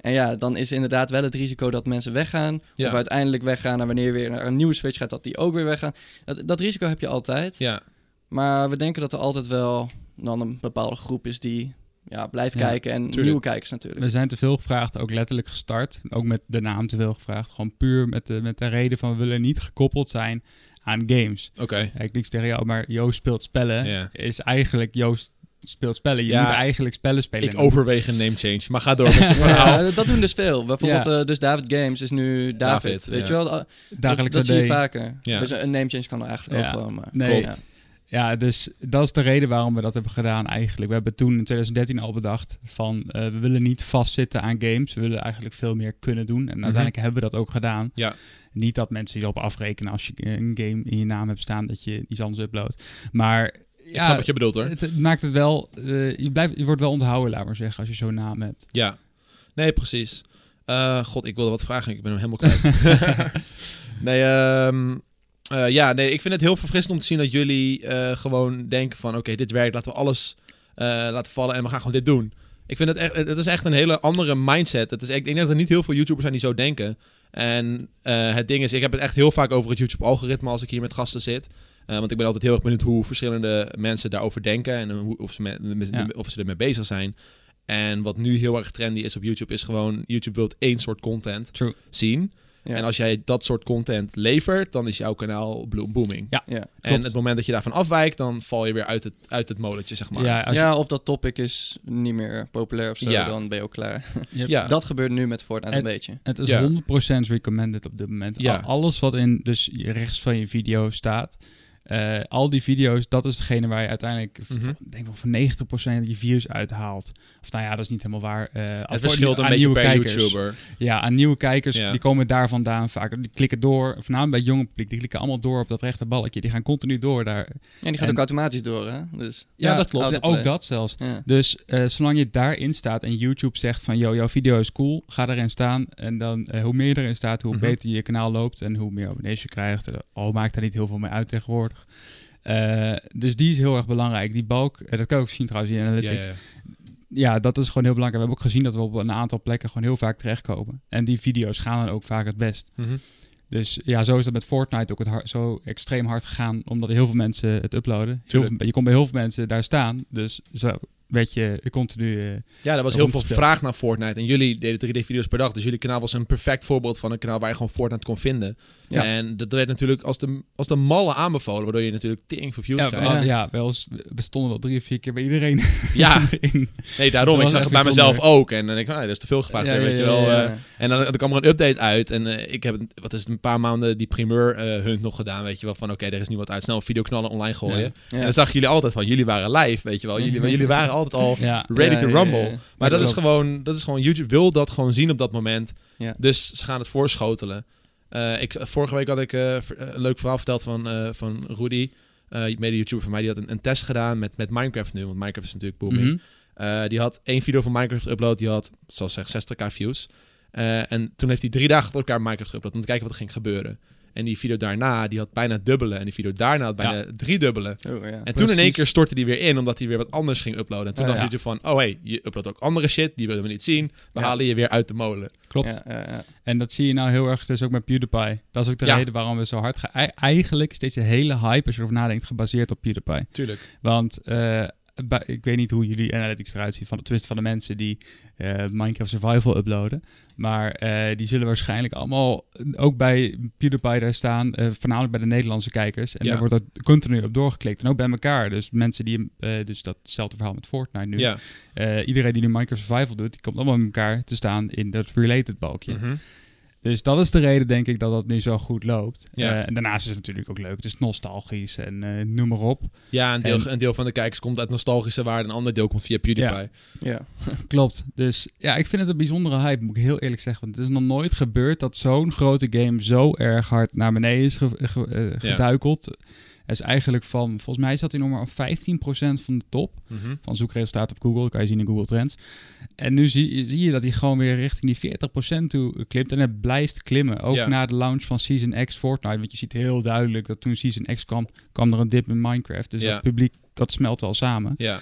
Speaker 3: En ja, dan is inderdaad wel het risico dat mensen weggaan.
Speaker 1: Ja.
Speaker 3: Of uiteindelijk weggaan en wanneer weer naar een nieuwe Switch gaat, dat die ook weer weggaan. Dat, dat risico heb je altijd.
Speaker 1: ja.
Speaker 3: Maar we denken dat er altijd wel dan een bepaalde groep is die ja, blijft
Speaker 2: Ja,
Speaker 3: kijken. En
Speaker 1: tuurlijk.
Speaker 3: nieuwe kijkers natuurlijk.
Speaker 2: We zijn te veel gevraagd, ook letterlijk gestart. Ook met de naam te veel gevraagd. Gewoon puur met de, met de reden van we willen niet gekoppeld zijn aan games.
Speaker 1: oké.
Speaker 2: Ja, ik niks tegen jou, maar Joost speelt spellen.
Speaker 1: Ja.
Speaker 2: Is eigenlijk Joost speelt spellen. Je
Speaker 1: Ja.
Speaker 2: moet eigenlijk spellen spelen.
Speaker 1: Ik overweeg een name change, maar ga door met het verhaal.
Speaker 3: Ja, dat doen dus veel. Bijvoorbeeld, eh, dus David Games is nu David.
Speaker 1: David,
Speaker 3: weet
Speaker 1: ja.
Speaker 3: je wel? Eh,
Speaker 2: Dagelijks
Speaker 3: dat, dat zie je
Speaker 2: AD.
Speaker 3: vaker.
Speaker 1: Ja.
Speaker 3: Dus een name change kan er eigenlijk
Speaker 2: Ja.
Speaker 3: ook wel. Maar,
Speaker 2: Nee.
Speaker 3: Ja.
Speaker 2: Ja, dus dat is de reden waarom we dat hebben gedaan eigenlijk. We hebben toen in 2013 al bedacht van eh, we willen niet vastzitten aan games. We willen eigenlijk veel meer kunnen doen. En uiteindelijk hebben we dat ook gedaan.
Speaker 1: Mhm. Ja.
Speaker 2: Niet dat mensen hierop afrekenen als je een game in je naam hebt staan dat je iets anders uploadt. Maar
Speaker 1: Ik snap
Speaker 2: ja,
Speaker 1: wat je bedoelt hoor.
Speaker 2: het, het maakt het wel, eh, je, blijft, je wordt wel onthouden, laat maar zeggen, als je zo'n naam hebt.
Speaker 1: Ja, nee, precies. Eh, God, ik wilde wat vragen, ik ben hem helemaal kwijt. nee, ehm, eh, ja, nee, ik vind het heel verfrissend om te zien dat jullie eh, gewoon denken van... oké, dit werkt, laten we alles eh, laten vallen en we gaan gewoon dit doen. Ik vind het echt, het is echt een hele andere mindset. Het is, echt- ik denk dat er niet heel veel YouTubers zijn die zo denken. En eh, het ding is, ik heb het echt heel vaak over het YouTube-algoritme als ik hier met gasten zit. Eh, want ik ben altijd heel erg benieuwd hoe verschillende mensen daarover denken en hoe, of, ze met,
Speaker 2: Ja.
Speaker 1: of ze ermee bezig zijn. En wat nu heel erg trendy is op YouTube, is gewoon YouTube wilt één soort content
Speaker 2: True.
Speaker 1: zien.
Speaker 3: Ja.
Speaker 1: En als jij dat soort content levert, dan is jouw kanaal bloem- booming.
Speaker 2: Ja,
Speaker 3: Ja.
Speaker 1: en het moment dat je daarvan afwijkt, dan val je weer uit het, uit het molletje, zeg maar.
Speaker 2: ja, als je-
Speaker 3: ja, of dat topic is niet meer populair of zo,
Speaker 1: Ja.
Speaker 3: dan ben je ook klaar.
Speaker 2: je-
Speaker 1: ja.
Speaker 3: Dat gebeurt nu met Fortnite
Speaker 2: En-
Speaker 3: een beetje.
Speaker 2: Het is
Speaker 1: Ja.
Speaker 2: 100% recommended op dit moment.
Speaker 1: Ja.
Speaker 2: Al- Alles wat in dus rechts van je video staat. eh, al die video's, dat is degene waar je uiteindelijk, v-
Speaker 1: Mhm.
Speaker 2: ik denk wel van 90% je views uithaalt. Of nou ja, dat is niet helemaal waar. eh, voor-
Speaker 1: het verschilt een
Speaker 2: aan
Speaker 1: beetje
Speaker 2: nieuwe
Speaker 1: per
Speaker 2: kijkers.
Speaker 1: YouTuber.
Speaker 2: Ja, aan nieuwe kijkers,
Speaker 1: Ja.
Speaker 2: die komen daar vandaan vaak. Die klikken door, voornamelijk bij het jonge publiek, die klikken allemaal door op dat rechterbalkje. Die gaan continu door daar.
Speaker 3: En die gaat
Speaker 2: En-
Speaker 3: ook automatisch door, hè? Dus,
Speaker 1: Ja, dat klopt.
Speaker 3: autoplay.
Speaker 2: Ook dat zelfs.
Speaker 3: Ja.
Speaker 2: Dus eh, zolang je daarin staat en YouTube zegt van... ...joh, jouw video is cool, ga erin staan. En dan eh, hoe meer je erin staat, hoe
Speaker 1: Mhm.
Speaker 2: beter je kanaal loopt... ...en hoe meer abonnees je krijgt. Eh, Al maakt daar niet heel veel mee uit tegenwoordig. Eh, dus die is heel erg belangrijk. Die balk, eh, dat kan je ook zien trouwens in
Speaker 1: Ja,
Speaker 2: analytics.
Speaker 1: ja, ja.
Speaker 2: Ja, dat is gewoon heel belangrijk. We hebben ook gezien dat we op een aantal plekken gewoon heel vaak terechtkomen. En die video's gaan dan ook vaak het best.
Speaker 1: Mhm.
Speaker 2: Dus ja, zo is dat met Fortnite ook het har- zo extreem hard gegaan, omdat heel veel mensen het uploaden. Heel
Speaker 1: Tuurlijk.
Speaker 2: veel- je komt bij heel veel mensen daar staan, dus zo werd je continu... eh,
Speaker 1: Ja, er was heel veel
Speaker 2: Rondgespeeld.
Speaker 1: vraag naar Fortnite. En jullie deden 3D-video's per dag. Dus jullie kanaal was een perfect voorbeeld van een kanaal waar je gewoon Fortnite kon vinden.
Speaker 2: Ja.
Speaker 1: En dat werd natuurlijk als de, als de malle aanbevolen, waardoor je natuurlijk ting voor views
Speaker 2: ja,
Speaker 1: krijgt.
Speaker 2: wel- ja, wel eens bestonden wel drie of vier keer bij iedereen.
Speaker 1: Ja,
Speaker 2: in.
Speaker 1: nee, daarom.
Speaker 2: Dat
Speaker 1: Ik
Speaker 2: was
Speaker 1: zag het
Speaker 2: echt
Speaker 1: bij mezelf
Speaker 2: bijzonder.
Speaker 1: ook. En dan denk ik, ah, dat is te veel gevraagd.
Speaker 2: Ja,
Speaker 1: hè,
Speaker 2: ja,
Speaker 1: weet je
Speaker 2: ja,
Speaker 1: wel,
Speaker 2: ja,
Speaker 1: eh,
Speaker 2: ja.
Speaker 1: En dan, dan kwam er een update uit. En eh, ik heb, wat is het, een paar maanden die primeur eh, hunt nog gedaan. Weet je wel, van oké, er is nu wat uit. Snel een video knallen, online gooien.
Speaker 2: Ja.
Speaker 1: En dan zag jullie altijd van, jullie waren live, weet je wel. Jullie, jullie waren altijd al
Speaker 2: Ja.
Speaker 1: ready to rumble. Maar
Speaker 2: Ja,
Speaker 1: dat is,
Speaker 2: klopt.
Speaker 1: gewoon, dat is gewoon, YouTube wil dat gewoon zien op dat moment.
Speaker 3: Ja.
Speaker 1: Dus ze gaan het voorschotelen. Eh, ik, vorige week had ik eh, ver- eh, een leuk verhaal verteld van, eh, van Rudy, eh mede-YouTuber van mij. Die had een, een test gedaan met, met Minecraft nu, want Minecraft is natuurlijk booming.
Speaker 2: Mhm.
Speaker 1: Eh, Eh, die had één video van Minecraft geüpload, die had, zoals zeg, 60k views. Eh, en toen heeft hij drie dagen achter elkaar Minecraft geüpload om te kijken wat er ging gebeuren. En die video daarna, die had bijna dubbele. En die video daarna had bijna drie dubbele.
Speaker 3: Oh, ja.
Speaker 1: En toen in één
Speaker 2: Precies.
Speaker 1: keer stortte die weer in, omdat hij weer wat anders ging uploaden. En toen
Speaker 2: Ja,
Speaker 1: dacht
Speaker 2: ja.
Speaker 1: YouTube van, oh hey, je uploadt ook andere shit, die willen we niet zien. We
Speaker 2: Ja.
Speaker 1: halen je weer uit de molen.
Speaker 2: Klopt.
Speaker 3: Ja, ja, ja.
Speaker 2: En dat zie je nou heel erg dus ook met PewDiePie. Dat is ook de
Speaker 1: Ja.
Speaker 2: reden waarom we zo hard gaan. Ei- Eigenlijk is deze hele hype, als je erover nadenkt, gebaseerd op PewDiePie.
Speaker 1: Tuurlijk.
Speaker 2: Want eh, bij- ik weet niet hoe jullie analytics eruit zien, van, tenminste van de mensen die eh, Minecraft Survival uploaden. Maar eh, die zullen waarschijnlijk allemaal eh, ook bij PewDiePie daar staan, eh, voornamelijk bij de Nederlandse kijkers. En
Speaker 1: Ja.
Speaker 2: daar wordt dat continu op doorgeklikt. En ook bij elkaar. Dus mensen die, hem, eh, dus datzelfde verhaal met Fortnite nu.
Speaker 1: Ja.
Speaker 2: Eh, iedereen die nu Minecraft Survival doet, die komt allemaal met elkaar te staan in dat related balkje.
Speaker 1: Mhm.
Speaker 2: Dus dat is de reden, denk ik, dat dat nu zo goed loopt.
Speaker 1: Ja.
Speaker 2: Eh, en daarnaast is het natuurlijk ook leuk. Het is nostalgisch en eh, noem maar op.
Speaker 1: Ja, een deel,
Speaker 2: En-
Speaker 1: een deel van de kijkers komt uit nostalgische waarde, een ander deel komt via PewDiePie.
Speaker 2: Ja.
Speaker 3: ja.
Speaker 2: Klopt. Dus ja, ik vind het een bijzondere hype, moet ik heel eerlijk zeggen. Want het is nog nooit gebeurd dat zo'n grote game zo erg hard naar beneden is ge- ge- eh,
Speaker 1: Ja.
Speaker 2: geduikeld. Hij is eigenlijk van, volgens mij zat hij nog maar op 15% van de top.
Speaker 1: Mhm.
Speaker 2: Van zoekresultaten op Google, dat kan je zien in Google Trends. En nu zie, zie je dat hij gewoon weer richting die 40% toe klimt. En het blijft klimmen. Ook
Speaker 1: Ja.
Speaker 2: na de launch van Season X Fortnite. Want je ziet heel duidelijk dat toen Season X kwam, kwam er een dip in Minecraft. Dus
Speaker 1: Ja.
Speaker 2: dat publiek, dat smelt wel samen.
Speaker 1: Ja.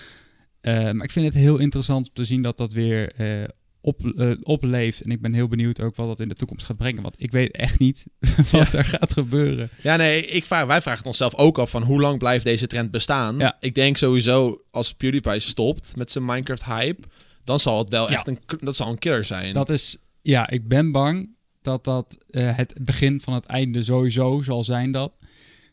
Speaker 2: Eh, maar ik vind het heel interessant om te zien dat dat weer eh, op, eh, opleeft. En ik ben heel benieuwd ook wat dat in de toekomst gaat brengen. Want ik weet echt niet wat er gaat gebeuren.
Speaker 1: ja, nee, ik vraag, wij vragen het onszelf ook af van hoe lang blijft deze trend bestaan?
Speaker 2: Ja.
Speaker 1: Ik denk sowieso als PewDiePie stopt met zijn Minecraft-hype, dan zal het wel
Speaker 2: Ja.
Speaker 1: echt een, k- dat zal een killer zijn.
Speaker 2: Dat is, ja, ik ben bang dat dat eh, het begin van het einde sowieso zal zijn dat.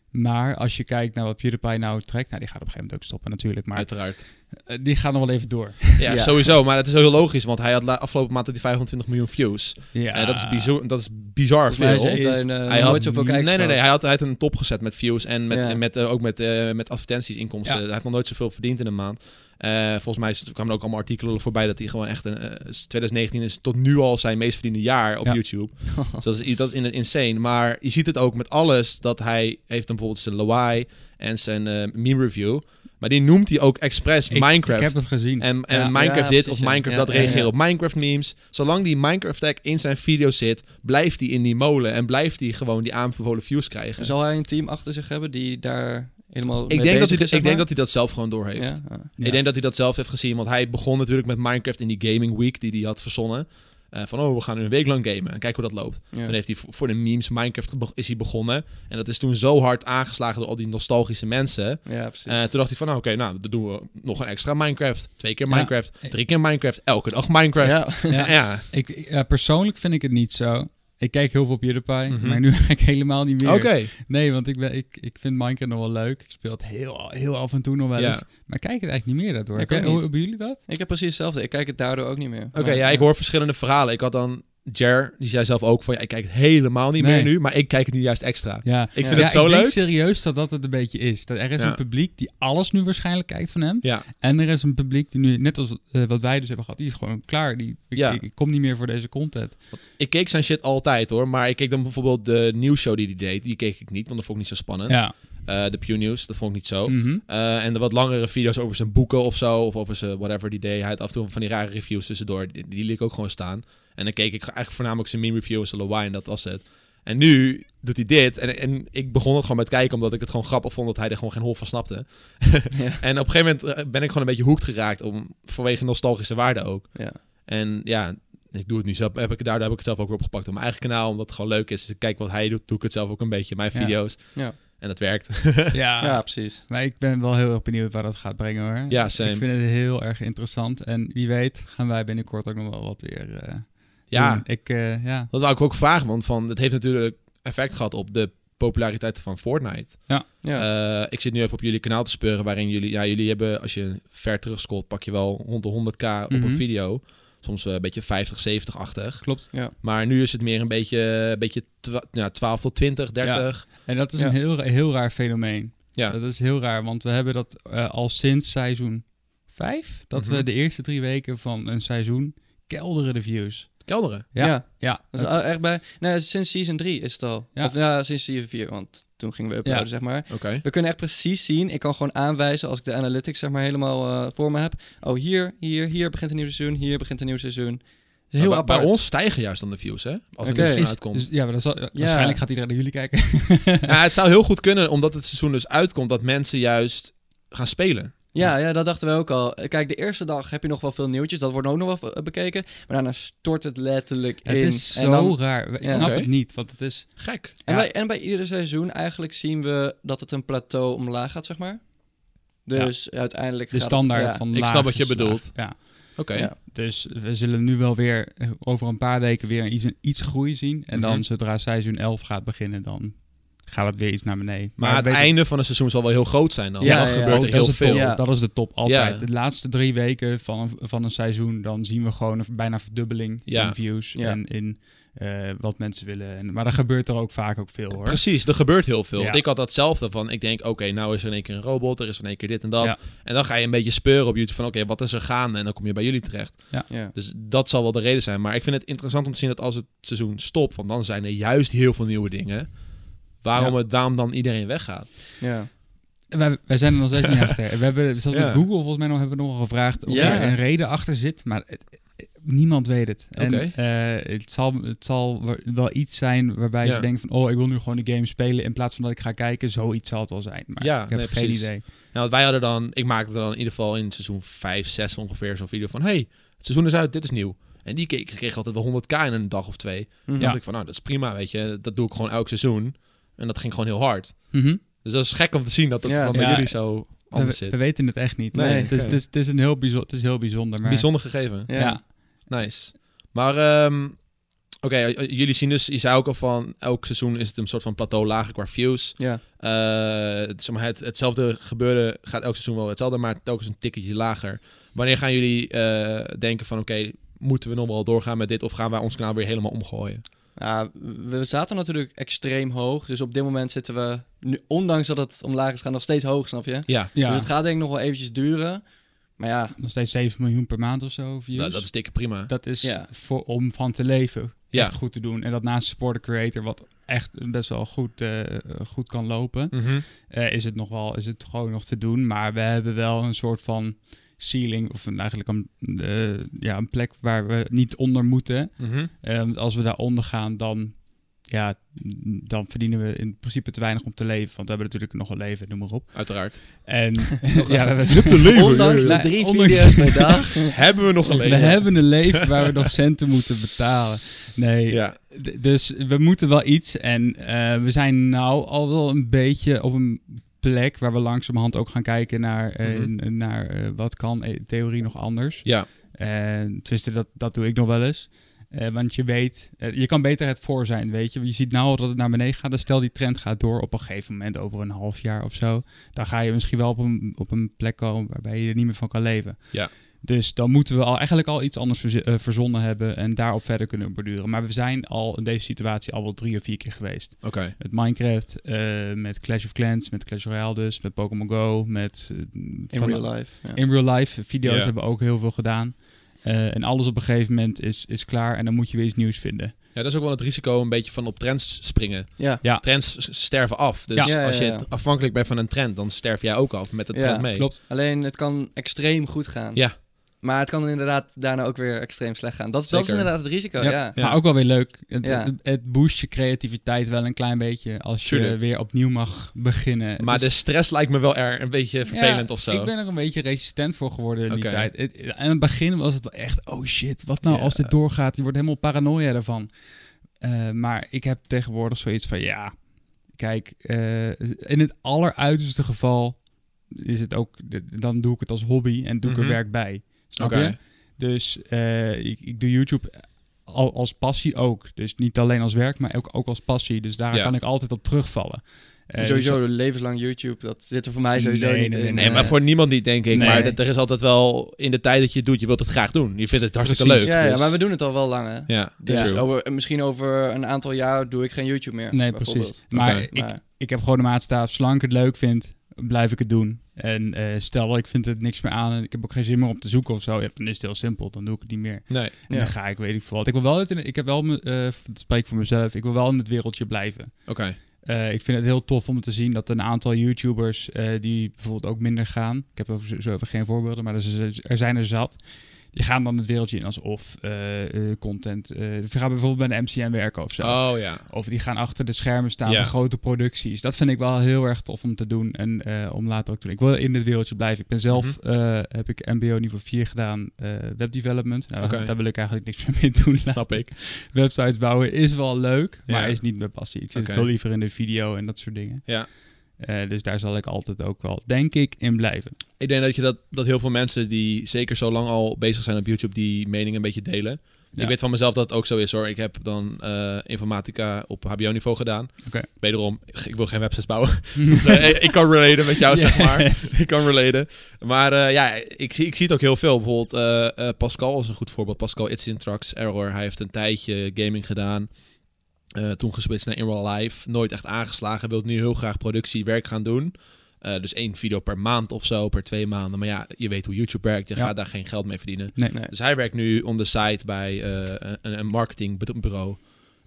Speaker 2: Maar als je kijkt naar wat PewDiePie nou trekt, nou die gaat op een gegeven moment ook stoppen natuurlijk, maar
Speaker 1: Uiteraard.
Speaker 2: eh, die gaat nog wel even door.
Speaker 1: Ja,
Speaker 3: Ja.
Speaker 1: sowieso. Maar dat is heel logisch, want hij had la- afgelopen maand had die 520 miljoen views.
Speaker 2: Ja,
Speaker 1: Eh, dat, is bizar, dat is bizar
Speaker 3: Volgens mij
Speaker 1: veel.
Speaker 3: is hij heeft
Speaker 2: is-
Speaker 3: hij, eh,
Speaker 1: hij
Speaker 3: nooit
Speaker 1: had,
Speaker 3: zoveel kijkers
Speaker 1: nee, nee, nee,
Speaker 3: gehad.
Speaker 1: hij had, hij had een top gezet met views en, met,
Speaker 3: Ja.
Speaker 1: en met, eh, ook met, eh, met advertentiesinkomsten.
Speaker 2: Ja.
Speaker 1: Hij heeft nog nooit zoveel verdiend in een maand. Eh, volgens mij is- kwamen er ook allemaal artikelen voorbij dat hij gewoon echt... Een, eh, 2019 is tot nu al zijn meest verdiende jaar op
Speaker 2: Ja.
Speaker 1: YouTube. Dus dat is, dat is in- insane. Maar je ziet het ook met alles dat hij heeft dan bijvoorbeeld zijn lawaai en zijn eh, meme review. Maar die noemt hij ook expres
Speaker 2: Ik-
Speaker 1: Minecraft.
Speaker 2: Ik heb het gezien.
Speaker 1: En, en
Speaker 2: Ja.
Speaker 1: Minecraft
Speaker 3: Ja,
Speaker 1: dit
Speaker 3: precies,
Speaker 1: of
Speaker 3: ja.
Speaker 1: Minecraft
Speaker 3: Ja,
Speaker 1: dat
Speaker 3: ja,
Speaker 1: reageren
Speaker 2: ja.
Speaker 1: op Minecraft memes. Zolang die Minecraft tag in zijn video zit, blijft hij in die molen en blijft hij gewoon die aanbevolen views krijgen.
Speaker 3: Zal hij een team achter zich hebben die daar helemaal mee
Speaker 1: ik, denk dat
Speaker 3: bezig
Speaker 1: hij, dat-
Speaker 3: is, zeg
Speaker 1: ik denk
Speaker 3: maar?
Speaker 1: dat hij dat zelf gewoon doorheeft. heeft.
Speaker 3: Ja, Ah. ja.
Speaker 2: Ja.
Speaker 1: Ik denk dat hij dat zelf heeft gezien, want hij begon natuurlijk met Minecraft in die gaming week die hij had verzonnen. Eh, van, oh, we gaan nu een week lang gamen en kijk hoe dat loopt.
Speaker 3: Ja.
Speaker 1: Toen heeft hij voor- voor de memes Minecraft be- is hij begonnen. En dat is toen zo hard aangeslagen door al die nostalgische mensen.
Speaker 3: Ja, precies.
Speaker 1: Eh, toen dacht hij van, nou, oké, nou, dan doen we nog een extra Minecraft. Twee keer
Speaker 2: Ja.
Speaker 1: Minecraft, drie keer Minecraft, elke dag Minecraft.
Speaker 2: Ja.
Speaker 1: Ja, ja.
Speaker 2: Ik, ik- ja, persoonlijk vind ik het niet zo. Ik kijk heel veel op PewDiePie,
Speaker 1: Mhm.
Speaker 2: maar nu ga ik helemaal niet meer.
Speaker 1: oké.
Speaker 2: Nee, want ik, ben, ik, ik vind Minecraft nog wel leuk. Ik speel het heel, heel af en toe nog wel
Speaker 1: Ja.
Speaker 2: eens. Maar ik kijk het eigenlijk niet meer daardoor.
Speaker 3: Ik
Speaker 2: Heb-
Speaker 3: ook
Speaker 2: hoe
Speaker 3: niet.
Speaker 2: hebben jullie dat?
Speaker 3: Ik heb precies hetzelfde. Ik kijk het daardoor ook niet meer.
Speaker 1: Oké, ja, ik hoor verschillende verhalen. Ik had dan Jer, die zei zelf ook van, ja, ik kijk het helemaal niet meer
Speaker 2: Nee.
Speaker 1: nu, maar ik kijk het nu juist extra.
Speaker 2: Ja.
Speaker 1: Ik
Speaker 3: Ja.
Speaker 1: vind
Speaker 2: ja,
Speaker 1: het zo
Speaker 2: ik
Speaker 1: leuk.
Speaker 2: denk serieus dat dat het een beetje is. Dat er is
Speaker 1: Ja.
Speaker 2: een publiek die alles nu waarschijnlijk kijkt van hem.
Speaker 1: Ja.
Speaker 2: En er is een publiek die nu, net als eh, wat wij dus hebben gehad, die is gewoon klaar. Die, ik,
Speaker 1: Ja.
Speaker 2: ik, ik kom niet meer voor deze content.
Speaker 1: Ik keek zijn shit altijd hoor, maar ik keek dan bijvoorbeeld de nieuwsshow die hij deed, die keek ik niet, want dat vond ik niet zo spannend.
Speaker 2: Ja.
Speaker 1: Eh, de Pew News, dat vond ik niet zo.
Speaker 2: Mhm.
Speaker 1: Eh, en de wat langere video's over zijn boeken of zo, of over zijn whatever die deed. Hij had af en toe van die rare reviews tussendoor, die, die liet ik ook gewoon staan. En dan keek ik eigenlijk voornamelijk zijn meme reviews, zijn Lawai en dat was het. En nu doet hij dit. En, en ik begon het gewoon met kijken, omdat ik het gewoon grappig vond dat hij er gewoon geen hol van snapte.
Speaker 3: Ja.
Speaker 1: En op een gegeven moment eh, ben ik gewoon een beetje hoekt geraakt, om, vanwege nostalgische waarde ook.
Speaker 3: Ja.
Speaker 1: En ja, ik doe het nu zelf. Heb ik, daardoor heb ik het zelf ook weer opgepakt op mijn eigen kanaal, omdat het gewoon leuk is. Dus ik kijk wat hij doet, doe ik het zelf ook een beetje in mijn
Speaker 2: Ja.
Speaker 1: video's.
Speaker 3: Ja.
Speaker 1: En dat werkt. Ah.
Speaker 2: ja.
Speaker 3: Ja, precies.
Speaker 2: Maar ik ben wel heel erg benieuwd waar dat gaat brengen hoor.
Speaker 1: Ja, same.
Speaker 2: Ik vind het heel erg interessant. En wie weet gaan wij binnenkort ook nog wel wat weer eh,
Speaker 1: ja,
Speaker 2: doen. Ik, eh, ja.
Speaker 1: Dat wou ik ook vragen, want van, het heeft natuurlijk effect gehad op de populariteit van Fortnite.
Speaker 3: Ja.
Speaker 1: Eh, ik zit nu even op jullie kanaal te speuren, waarin jullie, ja, jullie hebben, als je ver terugscrollt, pak je wel rond de 100k op
Speaker 2: Mhm.
Speaker 1: een video. Soms eh, een beetje 50, 70, 80.
Speaker 2: Klopt.
Speaker 1: Maar nu is het meer een beetje, een beetje twa- ja, 12 tot 20, 30.
Speaker 2: En dat is
Speaker 3: Ja.
Speaker 2: een heel, ra- heel raar fenomeen.
Speaker 1: Ja.
Speaker 2: Dat is heel raar, want we hebben dat eh, al sinds seizoen 5, dat
Speaker 1: Mhm.
Speaker 2: we de eerste drie weken van een seizoen kelderen de views.
Speaker 1: kelderen.
Speaker 2: Ja.
Speaker 3: Dat is al echt bij, nee, sinds season 3 is het al.
Speaker 2: Ja.
Speaker 3: Of ja, sinds season 4, want toen gingen we uploaden,
Speaker 2: Ja.
Speaker 3: zeg maar.
Speaker 1: Oké.
Speaker 3: We kunnen echt precies zien. Ik kan gewoon aanwijzen als ik de analytics zeg maar helemaal eh, voor me heb. Oh, hier, hier, hier begint een nieuw seizoen. Hier begint een nieuw seizoen. Het is
Speaker 1: Maar
Speaker 3: heel
Speaker 1: bij-
Speaker 3: apart.
Speaker 1: Bij ons stijgen juist dan de views, hè? Als er
Speaker 3: Oké.
Speaker 1: een seizoen
Speaker 2: Is-
Speaker 1: uitkomt.
Speaker 2: dus- ja, maar dat zal- waarschijnlijk gaat iedereen naar jullie kijken.
Speaker 1: Ja, het zou heel goed kunnen, omdat het seizoen dus uitkomt, dat mensen juist gaan spelen.
Speaker 3: Ja, ja, dat dachten we ook al. Kijk, de eerste dag heb je nog wel veel nieuwtjes. Dat wordt ook nog wel eh, bekeken. Maar daarna stort het letterlijk
Speaker 2: Het
Speaker 3: in.
Speaker 2: is zo
Speaker 3: en, dan-
Speaker 2: raar. Ik
Speaker 3: Ja.
Speaker 2: snap
Speaker 1: Oké.
Speaker 2: het niet, want het is...
Speaker 1: Gek.
Speaker 3: en,
Speaker 2: ja.
Speaker 3: bij, en bij ieder seizoen eigenlijk zien we dat het een plateau omlaag gaat, zeg maar. Dus uiteindelijk
Speaker 2: De
Speaker 3: gaat
Speaker 2: standaard
Speaker 3: het, ja.
Speaker 2: van
Speaker 1: Ik
Speaker 2: laag
Speaker 1: snap wat je
Speaker 2: is laag.
Speaker 1: bedoelt.
Speaker 2: Ja.
Speaker 1: Oké.
Speaker 3: Ja.
Speaker 2: Dus we zullen nu wel weer eh, over een paar weken weer iets, iets groei zien. En dan
Speaker 1: Mhm.
Speaker 2: zodra seizoen 11 gaat beginnen, dan gaat het weer iets naar beneden.
Speaker 1: Maar
Speaker 2: het
Speaker 1: het einde van een seizoen zal wel heel groot zijn dan.
Speaker 3: Ja,
Speaker 1: Ja, dan
Speaker 3: ja, ja.
Speaker 1: gebeurt
Speaker 2: Oh,
Speaker 1: er
Speaker 2: dat
Speaker 1: heel
Speaker 2: is de top.
Speaker 1: veel.
Speaker 3: Ja.
Speaker 2: Dat is de top altijd.
Speaker 1: Ja.
Speaker 2: De laatste drie weken van een, van een seizoen, dan zien we gewoon een, bijna verdubbeling
Speaker 1: Ja.
Speaker 2: in views
Speaker 3: Ja.
Speaker 2: en in eh, wat mensen willen. En, maar dan gebeurt er ook vaak ook veel hoor.
Speaker 1: Precies, er gebeurt heel veel.
Speaker 2: Ja.
Speaker 1: Want ik had datzelfde van, ik denk, oké, nou is er in één keer een robot, er is in één keer dit en dat.
Speaker 2: Ja.
Speaker 1: En dan ga je een beetje speuren op YouTube van, oké, wat is er gaande? En dan kom je bij jullie terecht.
Speaker 3: Ja.
Speaker 1: Dus dat zal wel de reden zijn. Maar ik vind het interessant om te zien dat als het seizoen stopt, want dan zijn er juist heel veel nieuwe dingen. Waarom
Speaker 2: Ja.
Speaker 1: het daarom dan iedereen weggaat.
Speaker 3: Ja.
Speaker 2: Wij, wij zijn er nog steeds niet achter. We hebben, zelfs
Speaker 1: Ja.
Speaker 2: met Google volgens mij nog, hebben we nog gevraagd of
Speaker 3: Ja.
Speaker 2: er een reden achter zit, maar het- het- niemand weet het.
Speaker 1: Oké.
Speaker 2: En eh, het, zal, het zal wa- wel iets zijn waarbij
Speaker 1: Ja.
Speaker 2: ze denken van, oh, ik wil nu gewoon de game spelen in plaats van dat ik ga kijken. Zoiets zal het wel zijn, maar
Speaker 1: Ja,
Speaker 2: ik heb
Speaker 1: nee,
Speaker 2: geen
Speaker 1: precies.
Speaker 2: idee.
Speaker 1: Nou, want wij hadden dan, ik maakte dan in ieder geval in seizoen 5, 6 ongeveer zo'n video van, hey, het seizoen is uit, dit is nieuw. En die keek, kreeg altijd wel 100k in een dag of twee.
Speaker 3: Mhm.
Speaker 1: Dan dacht ik van, nou, dat is prima, weet je. Dat doe ik gewoon elk seizoen. En dat ging gewoon heel hard.
Speaker 2: Mhm.
Speaker 1: Dus dat is gek om te zien dat dat
Speaker 3: Ja.
Speaker 1: van bij
Speaker 2: Ja,
Speaker 1: jullie zo
Speaker 2: We,
Speaker 1: anders
Speaker 2: we
Speaker 1: zit.
Speaker 2: weten het echt niet.
Speaker 1: Nee,
Speaker 2: het, is,
Speaker 3: oké.
Speaker 2: het, is, het is een heel bijzonder, het is heel bijzonder, maar...
Speaker 1: Bijzonder gegeven.
Speaker 3: Ja.
Speaker 2: Ja.
Speaker 1: Nice. Maar, ehm, oké, eh, eh, jullie zien dus, je zei ook al van, elk seizoen is het een soort van plateau lager qua views.
Speaker 3: Ja.
Speaker 1: Eh, zeg maar, het, hetzelfde gebeuren gaat elk seizoen wel hetzelfde, maar telkens een tikketje lager. Wanneer gaan jullie eh, denken van, oké, moeten we nog wel doorgaan met dit of gaan wij ons kanaal weer helemaal omgooien?
Speaker 3: Ja, we zaten natuurlijk extreem hoog. Dus op dit moment zitten we, nu, ondanks dat het omlaag is gaan, nog steeds hoog, snap je?
Speaker 1: Ja, Nou,
Speaker 2: Ja.
Speaker 3: Dus het gaat denk ik nog wel eventjes duren. Maar ja,
Speaker 2: nog steeds 7 miljoen per maand of zo. Views.
Speaker 1: nou, dat is dikke prima.
Speaker 2: Dat is
Speaker 3: Ja.
Speaker 2: voor, om van te leven.
Speaker 1: Ja.
Speaker 2: Echt goed te doen. En dat naast Support the Creator, wat echt best wel goed, eh, goed kan lopen,
Speaker 1: Mhm.
Speaker 2: eh, is het nog wel, is het gewoon nog te doen. Maar we hebben wel een soort van ceiling, of een- eigenlijk een, eh, ja, een plek waar we niet onder moeten.
Speaker 1: Mhm.
Speaker 2: Eh, want als we daaronder gaan, dan, ja, dan verdienen we in principe te weinig om te leven. Want we hebben natuurlijk nog een leven, noem maar op.
Speaker 1: Uiteraard.
Speaker 2: En ja, we hebben
Speaker 3: ondanks de
Speaker 2: ja.
Speaker 3: drie
Speaker 2: Ondanks-
Speaker 3: video's per dag.
Speaker 1: Hebben we nog een
Speaker 2: We
Speaker 1: leven?
Speaker 2: hebben een leven waar we nog centen moeten betalen. Nee,
Speaker 1: Ja,
Speaker 2: d- dus we moeten wel iets. En eh, we zijn nou al wel een beetje op een plek waar we langzamerhand ook gaan kijken naar, eh,
Speaker 1: Mhm.
Speaker 2: n- naar eh, wat kan eh, theorie nog anders.
Speaker 1: ja.
Speaker 2: En Eh, tenminste, dat, dat doe ik nog wel eens. Eh, want je weet, eh, je kan beter het voor zijn, weet je. Je ziet nou al dat het naar beneden gaat. Dus stel die trend gaat door op een gegeven moment, over een half jaar of zo. Dan ga je misschien wel op een, op een plek komen waarbij je er niet meer van kan leven.
Speaker 1: Ja.
Speaker 2: Dus dan moeten we al, eigenlijk al iets anders verzi- eh, verzonnen hebben en daarop verder kunnen borduren. Maar we zijn al in deze situatie al wel drie of vier keer geweest.
Speaker 1: Oké.
Speaker 2: Met Minecraft, eh, met Clash of Clans, met Clash Royale dus, met Pokémon Go, met... eh,
Speaker 3: In
Speaker 2: van-
Speaker 3: real life. Ja.
Speaker 2: in real life. Video's
Speaker 1: Ja.
Speaker 2: hebben we ook heel veel gedaan. Eh, en alles op een gegeven moment is, is klaar en dan moet je weer iets nieuws vinden.
Speaker 1: Ja, dat is ook wel het risico een beetje van op trends springen.
Speaker 3: Ja.
Speaker 1: Trends s- sterven af. Dus
Speaker 2: Ja.
Speaker 3: Ja, ja,
Speaker 1: als je
Speaker 3: ja.
Speaker 1: t- afhankelijk bent van een trend, dan sterf jij ook af met de
Speaker 3: Ja,
Speaker 1: trend mee.
Speaker 2: Klopt.
Speaker 3: Alleen het kan extreem goed gaan.
Speaker 1: Ja.
Speaker 3: Maar het kan inderdaad daarna ook weer extreem slecht gaan. Dat, dat is
Speaker 1: Zeker.
Speaker 3: inderdaad het risico,
Speaker 2: Ja.
Speaker 3: ja.
Speaker 1: Ja.
Speaker 2: Maar ook wel weer leuk. Het,
Speaker 3: Ja.
Speaker 2: het- het boost je creativiteit wel een klein beetje als je
Speaker 1: Tuurlijk.
Speaker 2: weer opnieuw mag beginnen. Het
Speaker 1: Maar
Speaker 2: is-
Speaker 1: de stress lijkt me wel er een beetje vervelend
Speaker 2: Ja,
Speaker 1: of zo.
Speaker 2: Ik ben er een beetje resistent voor geworden in die
Speaker 1: Oké.
Speaker 2: tijd. Het- het- aan het begin was het wel echt, oh shit, wat nou
Speaker 1: Ja.
Speaker 2: als dit doorgaat? Je wordt helemaal paranoia daarvan. Eh, maar ik heb tegenwoordig zoiets van, ja, kijk, eh, in het alleruiterste geval is het ook, dan doe ik het als hobby en doe ik
Speaker 1: Mhm.
Speaker 2: er werk bij. Snap
Speaker 1: Oké.
Speaker 2: je? Dus eh, ik, ik doe YouTube al, als passie ook. Dus niet alleen als werk, maar ook, ook als passie. Dus daar
Speaker 1: Ja.
Speaker 2: kan ik altijd op terugvallen. Eh, dus
Speaker 3: sowieso, levenslang YouTube, dat zit er voor mij sowieso
Speaker 2: Nee,
Speaker 3: niet
Speaker 2: nee, nee,
Speaker 3: in.
Speaker 1: Nee,
Speaker 3: eh,
Speaker 1: maar voor niemand niet, denk ik.
Speaker 2: Nee.
Speaker 1: Maar dat- er is altijd wel in de tijd dat je het doet, je wilt het graag doen. Je vindt het hartstikke
Speaker 2: Precies.
Speaker 1: leuk.
Speaker 3: ja, ja,
Speaker 1: dus-
Speaker 3: maar we doen het al wel lang, hè.
Speaker 1: Ja, Oh,
Speaker 3: Dus
Speaker 1: true.
Speaker 3: over, misschien over een aantal jaar doe ik geen YouTube meer.
Speaker 2: Nee,
Speaker 3: bijvoorbeeld.
Speaker 2: precies. Maar
Speaker 1: Oké.
Speaker 2: ik,
Speaker 3: Maar-
Speaker 2: ik heb gewoon de maatstaaf, zolang ik het leuk vind, blijf ik het doen. En eh, stel, ik vind het niks meer aan en ik heb ook geen zin meer om te zoeken of zo. Ja, dan is het heel simpel, dan doe ik het niet meer.
Speaker 1: Nee.
Speaker 2: En dan ga ik, weet ik veel wat. Ik wil wel, het in- ik heb wel, me- eh, dat spreek ik voor mezelf, ik wil wel in het wereldje blijven.
Speaker 1: Oké.
Speaker 2: Eh, ik vind het heel tof om te zien dat een aantal YouTubers eh, die bijvoorbeeld ook minder gaan. Ik heb over, zo even geen voorbeelden, maar er z- er zijn er zat. Die gaan dan het wereldje in alsof eh, eh, content. eh die gaan bijvoorbeeld bij de MCN werken of zo.
Speaker 1: Oh ja.
Speaker 2: Of die gaan achter de schermen staan
Speaker 1: Ja.
Speaker 2: bij grote producties. Dat vind ik wel heel erg tof om te doen en eh, om later ook te doen. Ik wil in dit wereldje blijven. Ik ben zelf,
Speaker 1: Mhm.
Speaker 2: eh, heb ik MBO niveau 4 gedaan, eh webdevelopment. Nou,
Speaker 1: Oké.
Speaker 2: Daar wil ik eigenlijk niks meer mee doen.
Speaker 1: Snap ik.
Speaker 2: Websites bouwen is wel leuk, maar
Speaker 1: Ja.
Speaker 2: is niet mijn passie. Ik zit
Speaker 1: Oké.
Speaker 2: veel liever in de video en dat soort dingen.
Speaker 1: Ja.
Speaker 2: Eh, dus daar zal ik altijd ook wel, denk ik, in blijven.
Speaker 1: Ik denk dat, je dat, dat heel veel mensen die zeker zo lang al bezig zijn op YouTube die mening een beetje delen.
Speaker 2: Ja.
Speaker 1: Ik weet van mezelf dat het ook zo is hoor. Ik heb dan eh, informatica op hbo-niveau gedaan.
Speaker 2: Oké.
Speaker 1: Wederom, ik wil geen websites bouwen. Dus eh, ik- ik kan relaten met jou, zeg maar. Ik kan relaten. Maar eh, ja, ik zie, ik zie het ook heel veel. Bijvoorbeeld eh, eh, Pascal is een goed voorbeeld. Pascal Itzintrax, Error. Hij heeft een tijdje gaming gedaan. Eh, toen gesplitst naar In Real Life. Nooit echt aangeslagen. Wilt nu heel graag productiewerk gaan doen. Eh, dus één video per maand of zo, per twee maanden. Maar ja, je weet hoe YouTube werkt. Je
Speaker 2: Ja.
Speaker 1: gaat daar geen geld mee verdienen.
Speaker 2: Nee.
Speaker 3: Nee.
Speaker 1: Dus hij werkt nu on the side bij eh, een, een marketingbureau.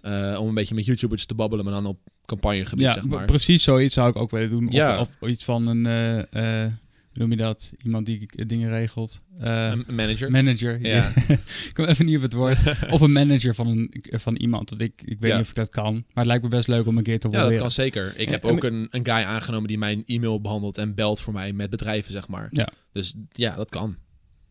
Speaker 1: eh, om een beetje met YouTubers te babbelen, maar dan op campagnegebied,
Speaker 2: Ja,
Speaker 1: zeg
Speaker 2: pre-
Speaker 1: maar.
Speaker 2: precies zoiets zou ik ook willen doen. Of,
Speaker 1: Ja.
Speaker 2: of iets van een, eh, eh, hoe noem je dat? Iemand die eh, dingen regelt. Eh,
Speaker 1: Een manager.
Speaker 2: Manager.
Speaker 1: Ja.
Speaker 2: Ja. ik kom even niet op het woord. Of een manager van, een, eh, van iemand. Want ik, ik weet
Speaker 1: Ja.
Speaker 2: niet of ik dat kan. Maar het lijkt me best leuk om een keer te
Speaker 1: Ja, dat
Speaker 2: proberen.
Speaker 1: kan zeker. Ik
Speaker 3: Ja,
Speaker 1: heb
Speaker 3: en
Speaker 1: ook een, een guy aangenomen die mijn e-mail behandelt en belt voor mij met bedrijven, zeg maar.
Speaker 2: Ja.
Speaker 1: Dus ja, dat kan.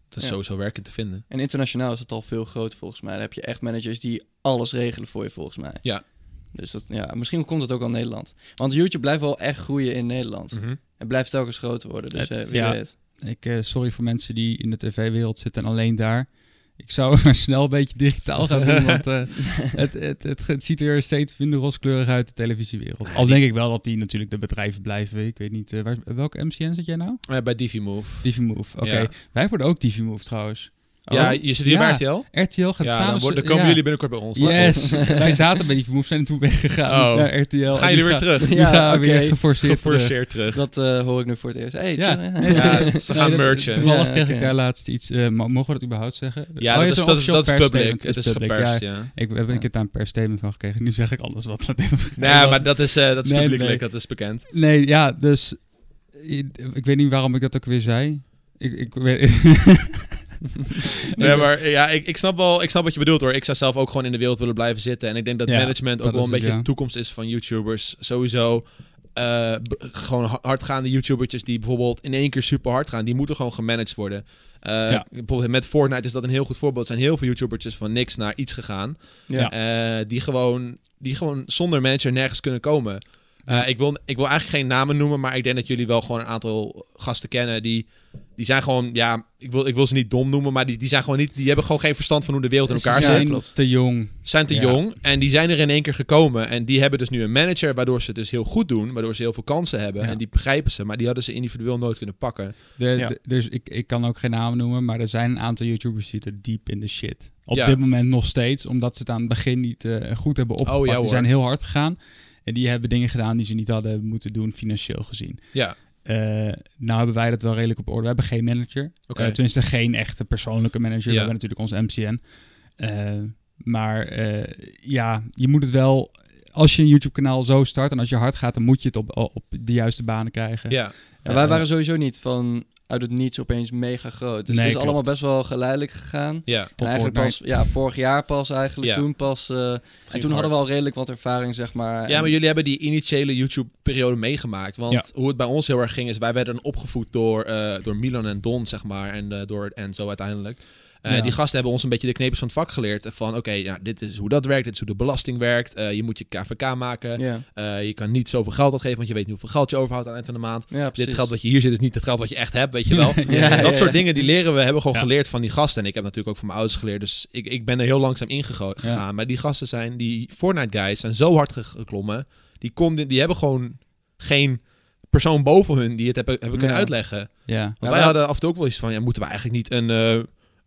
Speaker 1: Het is
Speaker 3: Ja.
Speaker 1: sowieso werken te vinden.
Speaker 3: En internationaal is het al veel groot volgens mij. Dan heb je echt managers die alles regelen voor je volgens mij.
Speaker 1: Ja.
Speaker 3: Dus dat, ja, misschien komt het ook al Nederland. Want YouTube blijft wel echt groeien in Nederland.
Speaker 1: Mhm.
Speaker 3: Het blijft telkens groter worden. Dus
Speaker 2: Het-
Speaker 3: eh, wie
Speaker 2: ja.
Speaker 3: weet.
Speaker 2: Ik, eh, sorry voor mensen die in de tv-wereld zitten en alleen daar. Ik zou maar snel een beetje digitaal gaan doen. want eh, het, het, het, het ziet er steeds minder rooskleurig uit, de televisiewereld. Al denk ik wel dat die natuurlijk de bedrijven blijven. Ik weet niet, eh, waar, welke MCN zit jij nou?
Speaker 1: Eh, bij DiviMove.
Speaker 2: DiviMove, oké.
Speaker 1: Ja.
Speaker 2: Wij worden ook DiviMove trouwens.
Speaker 1: ja,
Speaker 2: Want
Speaker 1: je zit hier bij
Speaker 2: oh. Ja.
Speaker 1: RTL?
Speaker 2: RTL gaat
Speaker 1: Ja,
Speaker 2: samen...
Speaker 1: dan, worden, komen
Speaker 2: ja.
Speaker 1: jullie binnenkort bij ons.
Speaker 2: Yes, wij zaten bij DiviMove, zijn toen weggegaan
Speaker 1: Oh.
Speaker 2: naar RTL. En
Speaker 1: Gaan
Speaker 2: die
Speaker 1: jullie weer
Speaker 2: ga-
Speaker 1: terug?
Speaker 2: Die
Speaker 3: Ja,
Speaker 2: gaan
Speaker 3: oké.
Speaker 2: weer geforceerd terug.
Speaker 1: Geforceerd terug.
Speaker 3: Dat eh, hoor ik nu voor het eerst. Hey,
Speaker 2: Ja.
Speaker 3: chill, hè?
Speaker 2: Nee,
Speaker 1: Ja,
Speaker 2: Nee,
Speaker 1: ze gaan
Speaker 2: dat-
Speaker 1: merchen.
Speaker 2: Toevallig
Speaker 3: Ja,
Speaker 2: kreeg
Speaker 3: oké.
Speaker 2: ik daar laatst iets. eh, mo- mogen we dat überhaupt zeggen?
Speaker 1: Ja, dat,
Speaker 2: Oh, zo'n
Speaker 1: is, dat, is,
Speaker 2: official
Speaker 1: dat is
Speaker 2: pers
Speaker 1: public.
Speaker 2: statement.
Speaker 1: Het is
Speaker 2: public, ja.
Speaker 1: geperst, ja.
Speaker 2: Ik heb een keer daar een per statement van gekregen. Nu zeg ik alles wat dat even.
Speaker 1: Nee, maar dat is, eh, dat is
Speaker 2: Nee,
Speaker 1: publiekelijk,
Speaker 2: nee.
Speaker 1: dat is bekend.
Speaker 2: Nee, ja, dus. eh, Ik weet niet waarom ik dat ook weer zei. Ik, ik weet.
Speaker 1: Nee, maar eh, ja, ik, ik, snap wel, ik snap wat je bedoelt hoor. Ik zou zelf ook gewoon in de wereld willen blijven zitten. En ik denk dat
Speaker 2: Ja,
Speaker 1: management ook
Speaker 2: dat
Speaker 1: wel een
Speaker 2: is het,
Speaker 1: beetje
Speaker 2: ja.
Speaker 1: de toekomst is van YouTubers. Sowieso eh, b- gewoon ha- hardgaande YouTubertjes die bijvoorbeeld in één keer super hard gaan. Die moeten gewoon gemanaged worden. Eh,
Speaker 2: Ja.
Speaker 1: Bijvoorbeeld met Fortnite is dat een heel goed voorbeeld. Er zijn heel veel YouTubertjes van niks naar iets gegaan.
Speaker 3: Ja.
Speaker 1: Eh, die, gewoon, die gewoon zonder manager nergens kunnen komen. Eh, ik, wil, ik wil eigenlijk geen namen noemen, maar ik denk dat jullie wel gewoon een aantal gasten kennen die, die zijn gewoon, ja, ik wil, ik wil ze niet dom noemen, maar die, die zijn gewoon niet, die hebben gewoon geen verstand van hoe de wereld in elkaar
Speaker 2: Ze
Speaker 1: zit.
Speaker 2: zijn
Speaker 1: Zijn,
Speaker 2: te jong.
Speaker 1: te
Speaker 2: Ja.
Speaker 1: jong en die zijn er in één keer gekomen en die hebben dus nu een manager, waardoor ze het dus heel goed doen, waardoor ze heel veel kansen hebben
Speaker 2: Ja.
Speaker 1: en die begrijpen ze, maar die hadden ze individueel nooit kunnen pakken.
Speaker 2: De,
Speaker 3: Ja.
Speaker 2: de- dus ik, ik kan ook geen namen noemen, maar er zijn een aantal YouTubers die zitten diep in de shit. Op
Speaker 1: Ja. Oh,
Speaker 2: dit moment nog steeds, omdat ze het aan het begin niet eh, goed hebben opgepakt.
Speaker 1: ja, hoor.
Speaker 2: die zijn heel hard gegaan en die hebben dingen gedaan die ze niet hadden moeten doen financieel gezien.
Speaker 1: Ja,
Speaker 2: Eh, nou hebben wij dat wel redelijk op orde. We hebben geen manager.
Speaker 1: oké.
Speaker 2: Eh, tenminste, geen echte persoonlijke manager.
Speaker 1: Ja.
Speaker 2: We hebben natuurlijk ons MCN. Eh, maar eh, ja, je moet het wel... Als je een YouTube-kanaal zo start en als je hard gaat, dan moet je het op, op de juiste banen krijgen.
Speaker 1: ja,
Speaker 3: Ja, wij
Speaker 2: Eh,
Speaker 3: waren sowieso niet van uit het niets opeens mega groot. Dus
Speaker 2: Nee,
Speaker 3: het is
Speaker 2: klopt.
Speaker 3: allemaal best wel geleidelijk gegaan.
Speaker 1: ja.
Speaker 2: tot
Speaker 3: en eigenlijk
Speaker 2: Fortnite.
Speaker 3: pas, ja, vorig jaar pas eigenlijk,
Speaker 1: Ja.
Speaker 3: toen pas. eh, en toen hadden we al redelijk wat ervaring, zeg maar.
Speaker 1: Ja,
Speaker 3: En-
Speaker 1: maar jullie hebben die initiële YouTube-periode meegemaakt. Want
Speaker 2: Ja.
Speaker 1: hoe het bij ons heel erg ging is, wij werden opgevoed door, eh, door Milan en Don, zeg maar. En eh, door Enzo uiteindelijk. Eh,
Speaker 2: Ja.
Speaker 1: Die gasten hebben ons een beetje de kneepjes van het vak geleerd. Van oké, nou, dit is hoe dat werkt, dit is hoe de belasting werkt. Eh, je moet je KVK maken.
Speaker 3: ja.
Speaker 1: Eh, je kan niet zoveel geld uitgeven, want je weet niet hoeveel geld je overhoudt aan het eind van de maand.
Speaker 3: Ja, precies.
Speaker 1: Dit geld wat je hier zit is niet het geld wat je echt hebt, weet je wel.
Speaker 3: Ja,
Speaker 1: dat
Speaker 3: ja, ja.
Speaker 1: soort dingen die leren we, hebben gewoon
Speaker 2: Ja.
Speaker 1: geleerd van die gasten. En ik heb natuurlijk ook van mijn ouders geleerd, dus ik, ik ben er heel langzaam in gego- gegaan.
Speaker 2: Ja.
Speaker 1: Maar die gasten zijn, die Fortnite guys, zijn zo hard ge- geklommen. Die, konden, die hebben gewoon geen persoon boven hun die het hebben, hebben kunnen
Speaker 3: Ja.
Speaker 1: uitleggen. Want
Speaker 2: Ja.
Speaker 1: wij
Speaker 3: wij-
Speaker 1: hadden af en toe ook wel iets van, ja, moeten we eigenlijk niet een... eh,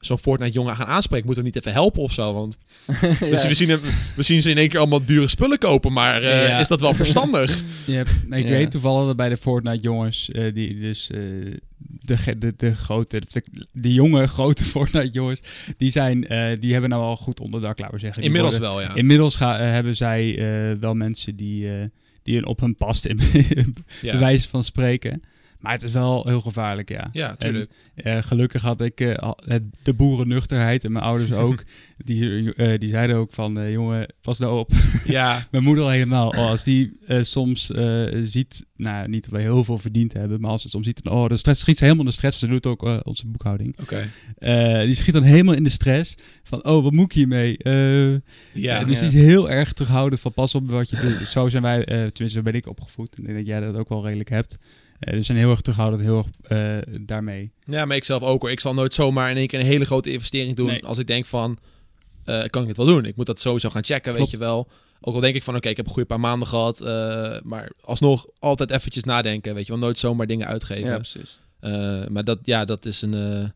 Speaker 1: zo'n Fortnite-jongen gaan aanspreken. Moeten we hem niet even helpen of zo? Want
Speaker 3: Ja.
Speaker 1: dus we, zien hem, we zien ze in één keer allemaal dure spullen kopen, maar eh,
Speaker 2: Ja.
Speaker 1: is dat wel verstandig?
Speaker 2: Je hebt- ik
Speaker 3: Ja.
Speaker 2: weet toevallig dat bij de Fortnite jongens, eh, die dus eh, de, ge- de, de grote, de, de jonge grote Fortnite jongens, die zijn, eh, die hebben nou al goed onderdak, laten we zeggen. Die
Speaker 1: Inmiddels
Speaker 2: worden-
Speaker 1: wel, ja.
Speaker 2: Inmiddels ga- eh, hebben zij eh, wel mensen die, eh, die hun op hun past, in
Speaker 1: ja.
Speaker 2: bij wijze van spreken. Maar het is wel heel gevaarlijk, ja.
Speaker 1: Ja, tuurlijk.
Speaker 2: Eh, gelukkig had ik eh, al- het- de boerennuchterheid en mijn ouders ook. die, eh, die zeiden ook van, eh, jongen, pas nou op.
Speaker 1: ja.
Speaker 2: Mijn moeder al helemaal. Oh, als die eh, soms eh, ziet, nou niet dat wij heel veel verdiend hebben, maar als ze soms ziet, dan, oh, de stress schiet ze helemaal in de stress. Ze doet ook eh, onze boekhouding.
Speaker 1: Oké.
Speaker 2: Eh, die schiet dan helemaal in de stress van, oh, wat moet ik hiermee? Eh,
Speaker 1: Ja.
Speaker 2: eh, dus die
Speaker 3: ja.
Speaker 2: is heel erg terughoudend van pas op wat je doet. Zo zijn wij, eh, tenminste zo ben ik opgevoed. Ik denk dat jij dat ook wel redelijk hebt. Eh, dus zijn heel erg terughoudend, heel erg eh, daarmee.
Speaker 1: ja, maar ik zelf ook hoor. Ik zal nooit zomaar in één keer een hele grote investering doen
Speaker 2: Nee.
Speaker 1: als ik denk van, eh, kan ik het wel doen? Ik moet dat sowieso gaan checken,
Speaker 2: Klopt.
Speaker 1: weet je wel. Ook al denk ik van, oké, ik heb een goede paar maanden gehad, eh, maar alsnog altijd eventjes nadenken, weet je wel. Nooit zomaar dingen uitgeven.
Speaker 3: Ja, precies.
Speaker 1: Eh, maar dat, ja, dat is een, eh,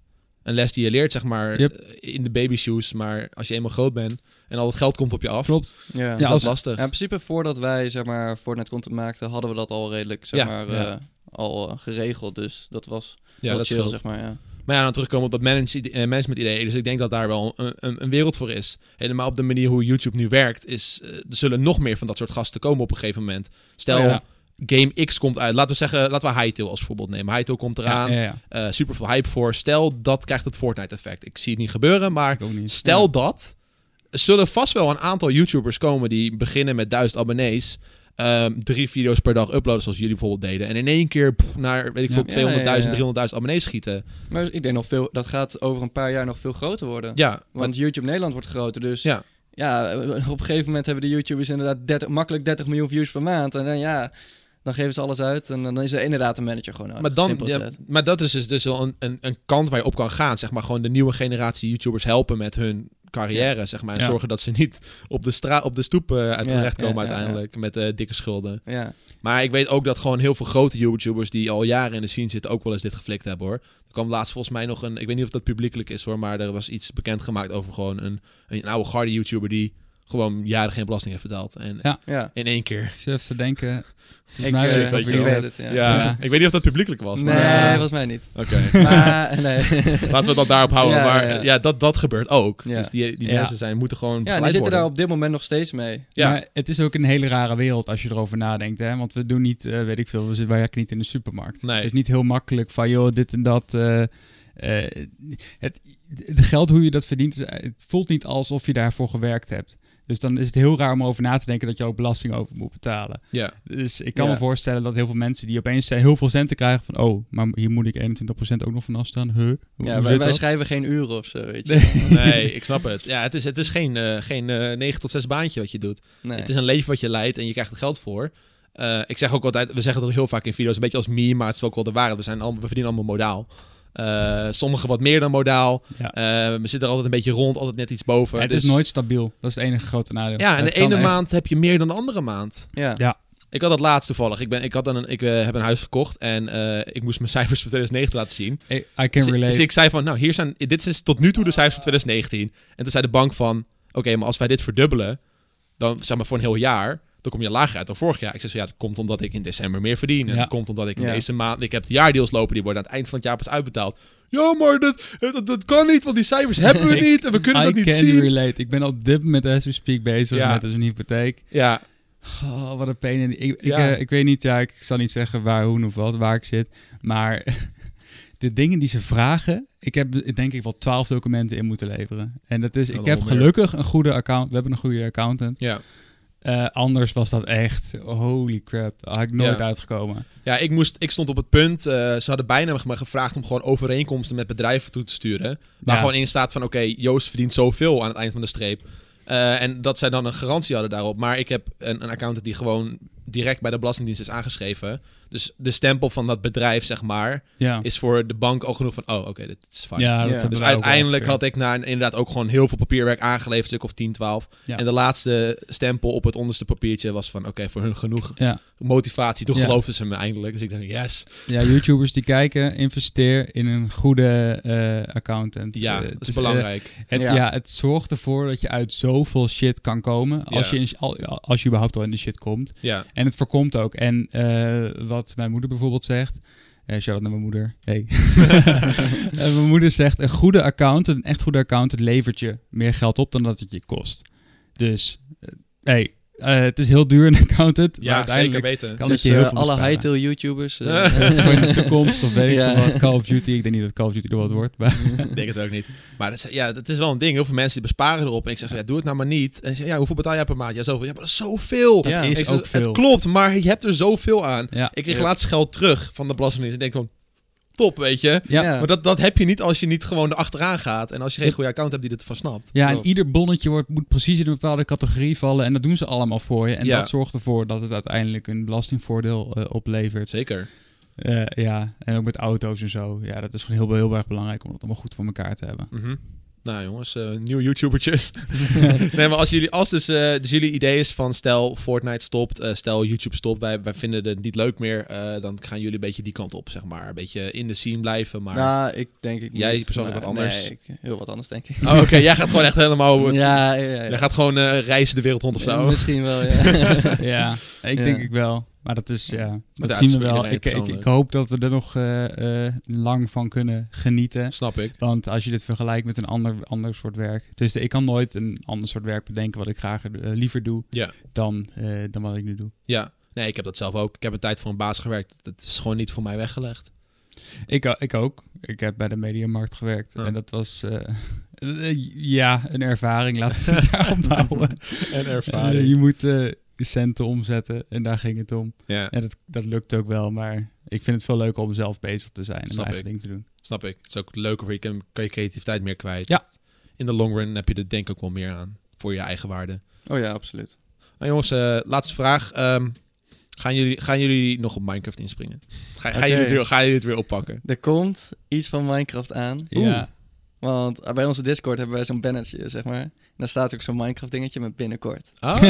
Speaker 1: een les die je leert, zeg maar,
Speaker 2: Yep.
Speaker 1: eh, in de baby shoes. Maar als je eenmaal groot bent en al het geld komt op je af,
Speaker 2: Klopt.
Speaker 3: Ja.
Speaker 1: is
Speaker 2: Ja,
Speaker 1: dat
Speaker 2: als-
Speaker 1: lastig.
Speaker 3: Ja, in principe voordat wij zeg maar Fortnite content maakten, hadden we dat al redelijk zeg
Speaker 1: Ja,
Speaker 3: maar
Speaker 2: ja.
Speaker 3: eh, al eh, geregeld. Dus dat was
Speaker 1: Ja,
Speaker 3: wel
Speaker 1: dat
Speaker 3: chill,
Speaker 1: scheelt.
Speaker 3: zeg maar. Ja.
Speaker 1: Maar ja, dan terugkomen op dat manage- eh, management idee. Dus ik denk dat daar wel een, een, een wereld voor is. Helemaal op de manier hoe YouTube nu werkt, is, eh, er zullen nog meer van dat soort gasten komen op een gegeven moment. Stel,
Speaker 2: Oh Ja.
Speaker 1: Game X komt uit. Laten we zeggen, laten we Hytale als voorbeeld nemen. Hytale komt
Speaker 2: Ja,
Speaker 1: eraan,
Speaker 2: ja, ja.
Speaker 1: eh, super veel hype voor. Stel, dat krijgt het Fortnite-effect. Ik zie het niet gebeuren, maar
Speaker 2: Ik ook niet.
Speaker 1: Stel
Speaker 2: Ja.
Speaker 1: dat, er zullen vast wel een aantal YouTubers komen die beginnen met duizend abonnees. ehm, drie video's per dag uploaden, zoals jullie bijvoorbeeld deden. En in één keer pff, naar, weet ik veel,
Speaker 2: Ja.
Speaker 1: 200.000,
Speaker 3: Ja, ja, ja.
Speaker 1: 300.000 abonnees schieten.
Speaker 3: Maar ik denk nog veel, dat gaat over een paar jaar nog veel groter worden.
Speaker 1: Ja, want
Speaker 3: Want YouTube Nederland wordt groter, dus
Speaker 1: Ja.
Speaker 3: ja. ja, eh, op een gegeven moment hebben de YouTubers inderdaad 30, makkelijk 30 miljoen views per maand. En dan ja, dan geven ze alles uit en dan is er inderdaad een manager gewoon nodig.
Speaker 1: maar, dan,
Speaker 3: Oh, Simpel is
Speaker 1: ja,
Speaker 3: dat.
Speaker 1: maar dat is dus, dus wel een, een, een kant waar je op kan gaan. Zeg maar gewoon de nieuwe generatie YouTubers helpen met hun carrière, zeg maar. En
Speaker 2: Ja.
Speaker 1: zorgen dat ze niet op de, stra op de stoep eh, uit hun
Speaker 3: Ja,
Speaker 1: recht
Speaker 3: ja,
Speaker 1: komen
Speaker 3: ja, ja.
Speaker 1: uiteindelijk. Met eh, dikke schulden.
Speaker 3: Ja.
Speaker 1: Maar ik weet ook dat gewoon heel veel grote YouTubers die al jaren in de scene zitten ook wel eens dit geflikt hebben hoor. Er kwam laatst volgens mij nog een, ik weet niet of dat publiekelijk is hoor, maar er was iets bekendgemaakt over gewoon een, een oude garde YouTuber die gewoon jaren geen belasting heeft betaald. En
Speaker 3: ja.
Speaker 1: in één keer.
Speaker 2: Ik zit even te denken.
Speaker 3: Ik,
Speaker 2: mij
Speaker 3: eh,
Speaker 2: weet
Speaker 1: ik dat
Speaker 3: ik
Speaker 1: wel.
Speaker 3: weet het, ja.
Speaker 1: Ja. ik weet niet of dat publiekelijk was.
Speaker 3: Nee,
Speaker 1: Maar, eh,
Speaker 2: Ja.
Speaker 3: volgens mij niet.
Speaker 1: Oké,
Speaker 3: Maar, eh, nee.
Speaker 1: laten we dat daarop houden.
Speaker 3: Ja,
Speaker 1: maar
Speaker 3: ja,
Speaker 1: ja,
Speaker 3: ja.
Speaker 1: dat, dat gebeurt ook.
Speaker 3: Ja.
Speaker 1: Dus die, die
Speaker 2: Ja.
Speaker 1: mensen zijn, moeten gewoon
Speaker 3: Ja, en die
Speaker 1: begeleid
Speaker 3: zitten daar
Speaker 1: worden.
Speaker 3: op dit moment nog steeds mee.
Speaker 1: Ja.
Speaker 2: Maar het is ook een hele rare wereld als je erover nadenkt. Hè? Want we doen niet, eh, weet ik veel, we zitten, wij werken niet in de supermarkt.
Speaker 1: Nee.
Speaker 2: Het is niet heel makkelijk van, joh, dit en dat. eh, eh, het, het geld, hoe je dat verdient, is- eh, het voelt niet alsof je daarvoor gewerkt hebt. Dus dan is het heel raar om over na te denken dat je ook belasting over moet betalen.
Speaker 1: Ja.
Speaker 2: Dus ik kan
Speaker 3: Ja.
Speaker 2: me voorstellen dat heel veel mensen die opeens eh, heel veel centen krijgen van... oh, maar hier moet ik 21% ook nog van afstaan. Huh? Hoe- hoe
Speaker 3: Ja,
Speaker 2: zit
Speaker 3: wij, wij
Speaker 2: dat?
Speaker 3: schrijven geen uren of zo, weet je.
Speaker 1: Nee, ik snap het. Ja, het is, het is geen, eh geen eh 9 tot 6 baantje wat je doet.
Speaker 3: Nee.
Speaker 1: Het is een leven wat je leidt en je krijgt er geld voor. Eh, ik zeg ook altijd, we zeggen het ook heel vaak in video's, een beetje als meme, maar het is ook wel de waarheid. We, zijn allemaal, we verdienen allemaal modaal. Eh, sommigen wat meer dan modaal.
Speaker 2: Ja.
Speaker 1: Eh, we zitten er altijd een beetje rond, altijd net iets boven.
Speaker 2: het
Speaker 1: Dus-
Speaker 2: is nooit stabiel. Dat is het enige grote nadeel.
Speaker 1: Ja, en
Speaker 2: Het
Speaker 1: de
Speaker 2: kan
Speaker 1: ene
Speaker 2: echt-
Speaker 1: maand heb je meer dan de andere maand.
Speaker 3: Ja.
Speaker 1: Ik had dat laatst toevallig. Ik, ben, ik, had dan een, ik eh, heb een huis gekocht en eh, ik moest mijn cijfers voor 2009 laten zien.
Speaker 2: I, I can
Speaker 1: Dus-
Speaker 2: relate.
Speaker 1: Dus ik zei van, nou, hier zijn, dit is tot nu toe de cijfers van 2019. En toen zei de bank van, oké, maar als wij dit verdubbelen, dan zeg maar voor een heel jaar, dan kom je lager uit dan vorig jaar. Ik zei zo, ja, dat komt omdat ik in december meer verdien. En
Speaker 2: Ja.
Speaker 1: dat komt omdat ik in
Speaker 3: Ja.
Speaker 1: deze maand, ik heb de jaardeals lopen, die worden aan het eind van het jaar pas uitbetaald. Ja, maar dat, eh, dat, dat kan niet, want die cijfers hebben we
Speaker 2: Ik-
Speaker 1: niet en we kunnen
Speaker 2: I
Speaker 1: dat niet
Speaker 2: can
Speaker 1: zien.
Speaker 2: relate. Ik ben op dit moment as we speak bezig
Speaker 1: Ja.
Speaker 2: met dus een hypotheek.
Speaker 1: Ja,
Speaker 2: Goh, wat een pijn. in de- Ik, ik,
Speaker 1: Ja.
Speaker 2: eh, ik weet niet, ja, ik zal niet zeggen waar, hoe of wat, waar ik zit. Maar de dingen die ze vragen, ik heb eh, denk ik wel twaalf documenten in moeten leveren. En dat is,
Speaker 1: Dat
Speaker 2: ik
Speaker 1: wel
Speaker 2: heb
Speaker 1: meer.
Speaker 2: gelukkig een goede account. We hebben een goede accountant.
Speaker 1: ja.
Speaker 2: Eh, anders was dat echt, holy crap, had ik nooit
Speaker 1: Ja.
Speaker 2: uitgekomen.
Speaker 1: ja ik, moest, ik stond op het punt, eh, ze hadden bijna me gevraagd om gewoon overeenkomsten met bedrijven toe te sturen. Waar
Speaker 2: Ja.
Speaker 1: gewoon in staat van, oké, Joost verdient zoveel aan het eind van de streep. Eh, en dat zij dan een garantie hadden daarop. Maar ik heb een, een accountant die gewoon direct bij de Belastingdienst is aangeschreven. Dus de stempel van dat bedrijf, zeg maar,
Speaker 2: Ja,
Speaker 1: is voor de bank al genoeg van, oh, oké, dit is fijn.
Speaker 2: ja,
Speaker 3: Ja.
Speaker 2: dat hebben
Speaker 1: Dus
Speaker 2: wij ook
Speaker 1: uiteindelijk
Speaker 2: ongeveer.
Speaker 1: had ik na een- inderdaad ook gewoon heel veel papierwerk aangeleverd, een stuk of 10, 12.
Speaker 2: Ja.
Speaker 1: En de laatste stempel op het onderste papiertje was van, oké, voor hun genoeg
Speaker 2: Ja.
Speaker 1: motivatie. Toen
Speaker 2: Ja.
Speaker 1: geloofden ze me eindelijk. Dus ik dacht, yes.
Speaker 2: Ja, YouTubers die kijken, investeer in een goede eh, accountant.
Speaker 1: Ja,
Speaker 2: Eh,
Speaker 1: dat
Speaker 2: het
Speaker 1: is
Speaker 2: eh,
Speaker 1: belangrijk.
Speaker 2: het, ja.
Speaker 3: Ja.
Speaker 2: het zorgt ervoor dat je uit zoveel shit kan komen. Als,
Speaker 1: Ja.
Speaker 2: je in- al- als je überhaupt al in de shit komt.
Speaker 1: ja.
Speaker 2: En het voorkomt ook. En eh, wat mijn moeder bijvoorbeeld zegt. eh shout out naar mijn moeder. Hey. Eh, mijn moeder zegt: een goede account, een echt goede account, het levert je meer geld op dan dat het je kost. Dus, eh, hey, eh, het is heel duur een accountant. maar
Speaker 1: ja zeker
Speaker 2: uiteindelijk
Speaker 1: weten.
Speaker 2: kan
Speaker 3: dus
Speaker 2: het je heel
Speaker 3: eh,
Speaker 2: veel
Speaker 3: alle
Speaker 2: besparen.
Speaker 3: hightail YouTubers. eh,
Speaker 2: Voor in de toekomst of weet ik
Speaker 3: Ja.
Speaker 2: veel wat. Call of Duty. Ik denk niet dat Call of Duty er wat wordt. Maar
Speaker 1: Ik denk het ook niet. Maar dat is, ja, dat is wel een ding. Heel veel mensen die besparen erop. En ik zeg zo, ja, doe het nou maar niet. En ze zeggen, ja, hoeveel betaal jij per maand? Ja, zoveel. Ja, maar dat is zoveel.
Speaker 3: Ja.
Speaker 1: Ik
Speaker 2: is
Speaker 1: zeg,
Speaker 2: ook veel.
Speaker 1: Het klopt, maar je hebt er zoveel aan.
Speaker 2: ja.
Speaker 1: Ik kreeg
Speaker 3: Ja.
Speaker 1: laatst geld terug van de Belastingdienst. En ik denk gewoon, top, weet je.
Speaker 2: Ja. ja.
Speaker 3: Ja.
Speaker 1: Maar dat, dat heb je niet als je niet gewoon erachteraan gaat. En als je geen goede account hebt die dit van snapt.
Speaker 2: en ieder bonnetje wordt, moet precies in een bepaalde categorie vallen. En dat doen ze allemaal voor je. En
Speaker 1: Ja.
Speaker 2: dat zorgt ervoor dat het uiteindelijk een belastingvoordeel eh, oplevert.
Speaker 1: Zeker.
Speaker 2: Eh, ja, en ook met auto's en zo. Ja, dat is gewoon heel, heel erg belangrijk om dat allemaal goed voor elkaar te hebben.
Speaker 1: Mhm. Nou jongens, eh nieuwe YouTubertjes. nee, maar als jullie, als dus, eh, dus jullie idee is van stel Fortnite stopt, eh, stel YouTube stopt, wij, wij vinden het niet leuk meer, eh, dan gaan jullie een beetje die kant op, zeg maar. Een beetje in de scene blijven, maar...
Speaker 3: Nou, ik denk ik
Speaker 1: Jij
Speaker 3: niet,
Speaker 1: persoonlijk
Speaker 3: maar-
Speaker 1: wat anders?
Speaker 3: Nee, ik- heel wat anders denk ik.
Speaker 1: Oh, Oké, jij gaat gewoon echt helemaal...
Speaker 3: ja, ja, ja, ja.
Speaker 1: Jij gaat gewoon eh, reizen de wereld rond of zo.
Speaker 3: Eh, Misschien wel, ja.
Speaker 2: ja, ik
Speaker 3: Ja.
Speaker 2: denk ik wel. Maar dat is, ja,
Speaker 1: het
Speaker 2: dat
Speaker 1: is
Speaker 2: zien we
Speaker 1: voor
Speaker 2: wel.
Speaker 1: iedereen
Speaker 2: Ik, ik,
Speaker 1: persoonlijk.
Speaker 2: ik hoop dat we er nog eh, eh, lang van kunnen genieten.
Speaker 1: Snap ik.
Speaker 2: Want als je dit vergelijkt met een ander, ander soort werk. Dus ik kan nooit een ander soort werk bedenken wat ik graag eh, liever doe
Speaker 1: Ja.
Speaker 2: dan, eh, dan wat ik nu doe.
Speaker 1: Ja. Nee, ik heb dat zelf ook. Ik heb een tijd voor een baas gewerkt. Dat is gewoon niet voor mij weggelegd.
Speaker 2: Ik, o- ik ook. Ik heb bij de mediamarkt gewerkt.
Speaker 1: Ja.
Speaker 2: En dat was eh, eh, ja, een ervaring. Laten we het daarop houden.
Speaker 1: En
Speaker 2: Eh, je moet eh, centen omzetten. En daar ging het om.
Speaker 1: Ja,
Speaker 2: En dat, dat lukt ook wel. Maar ik vind het veel leuker om zelf bezig te zijn. En
Speaker 1: Snap
Speaker 2: mijn eigen
Speaker 1: ik.
Speaker 2: ding te doen.
Speaker 1: snap ik. Het is ook leuker voor je. Kan kan je creativiteit meer kwijt.
Speaker 2: Ja.
Speaker 1: In de long run heb je er denk ik ook wel meer aan. Voor je eigen waarde.
Speaker 3: oh ja, absoluut.
Speaker 1: Nou jongens, eh, laatste vraag. Ehm, gaan, jullie, gaan jullie nog op Minecraft inspringen? Ga, gaan,
Speaker 3: Oké.
Speaker 1: jullie het weer, gaan jullie het weer oppakken?
Speaker 3: Er komt iets van Minecraft aan.
Speaker 2: Ja.
Speaker 3: Want eh, bij onze Discord hebben wij zo'n bannertje, zeg maar. En daar staat ook zo'n Minecraft dingetje met binnenkort.
Speaker 1: Oh!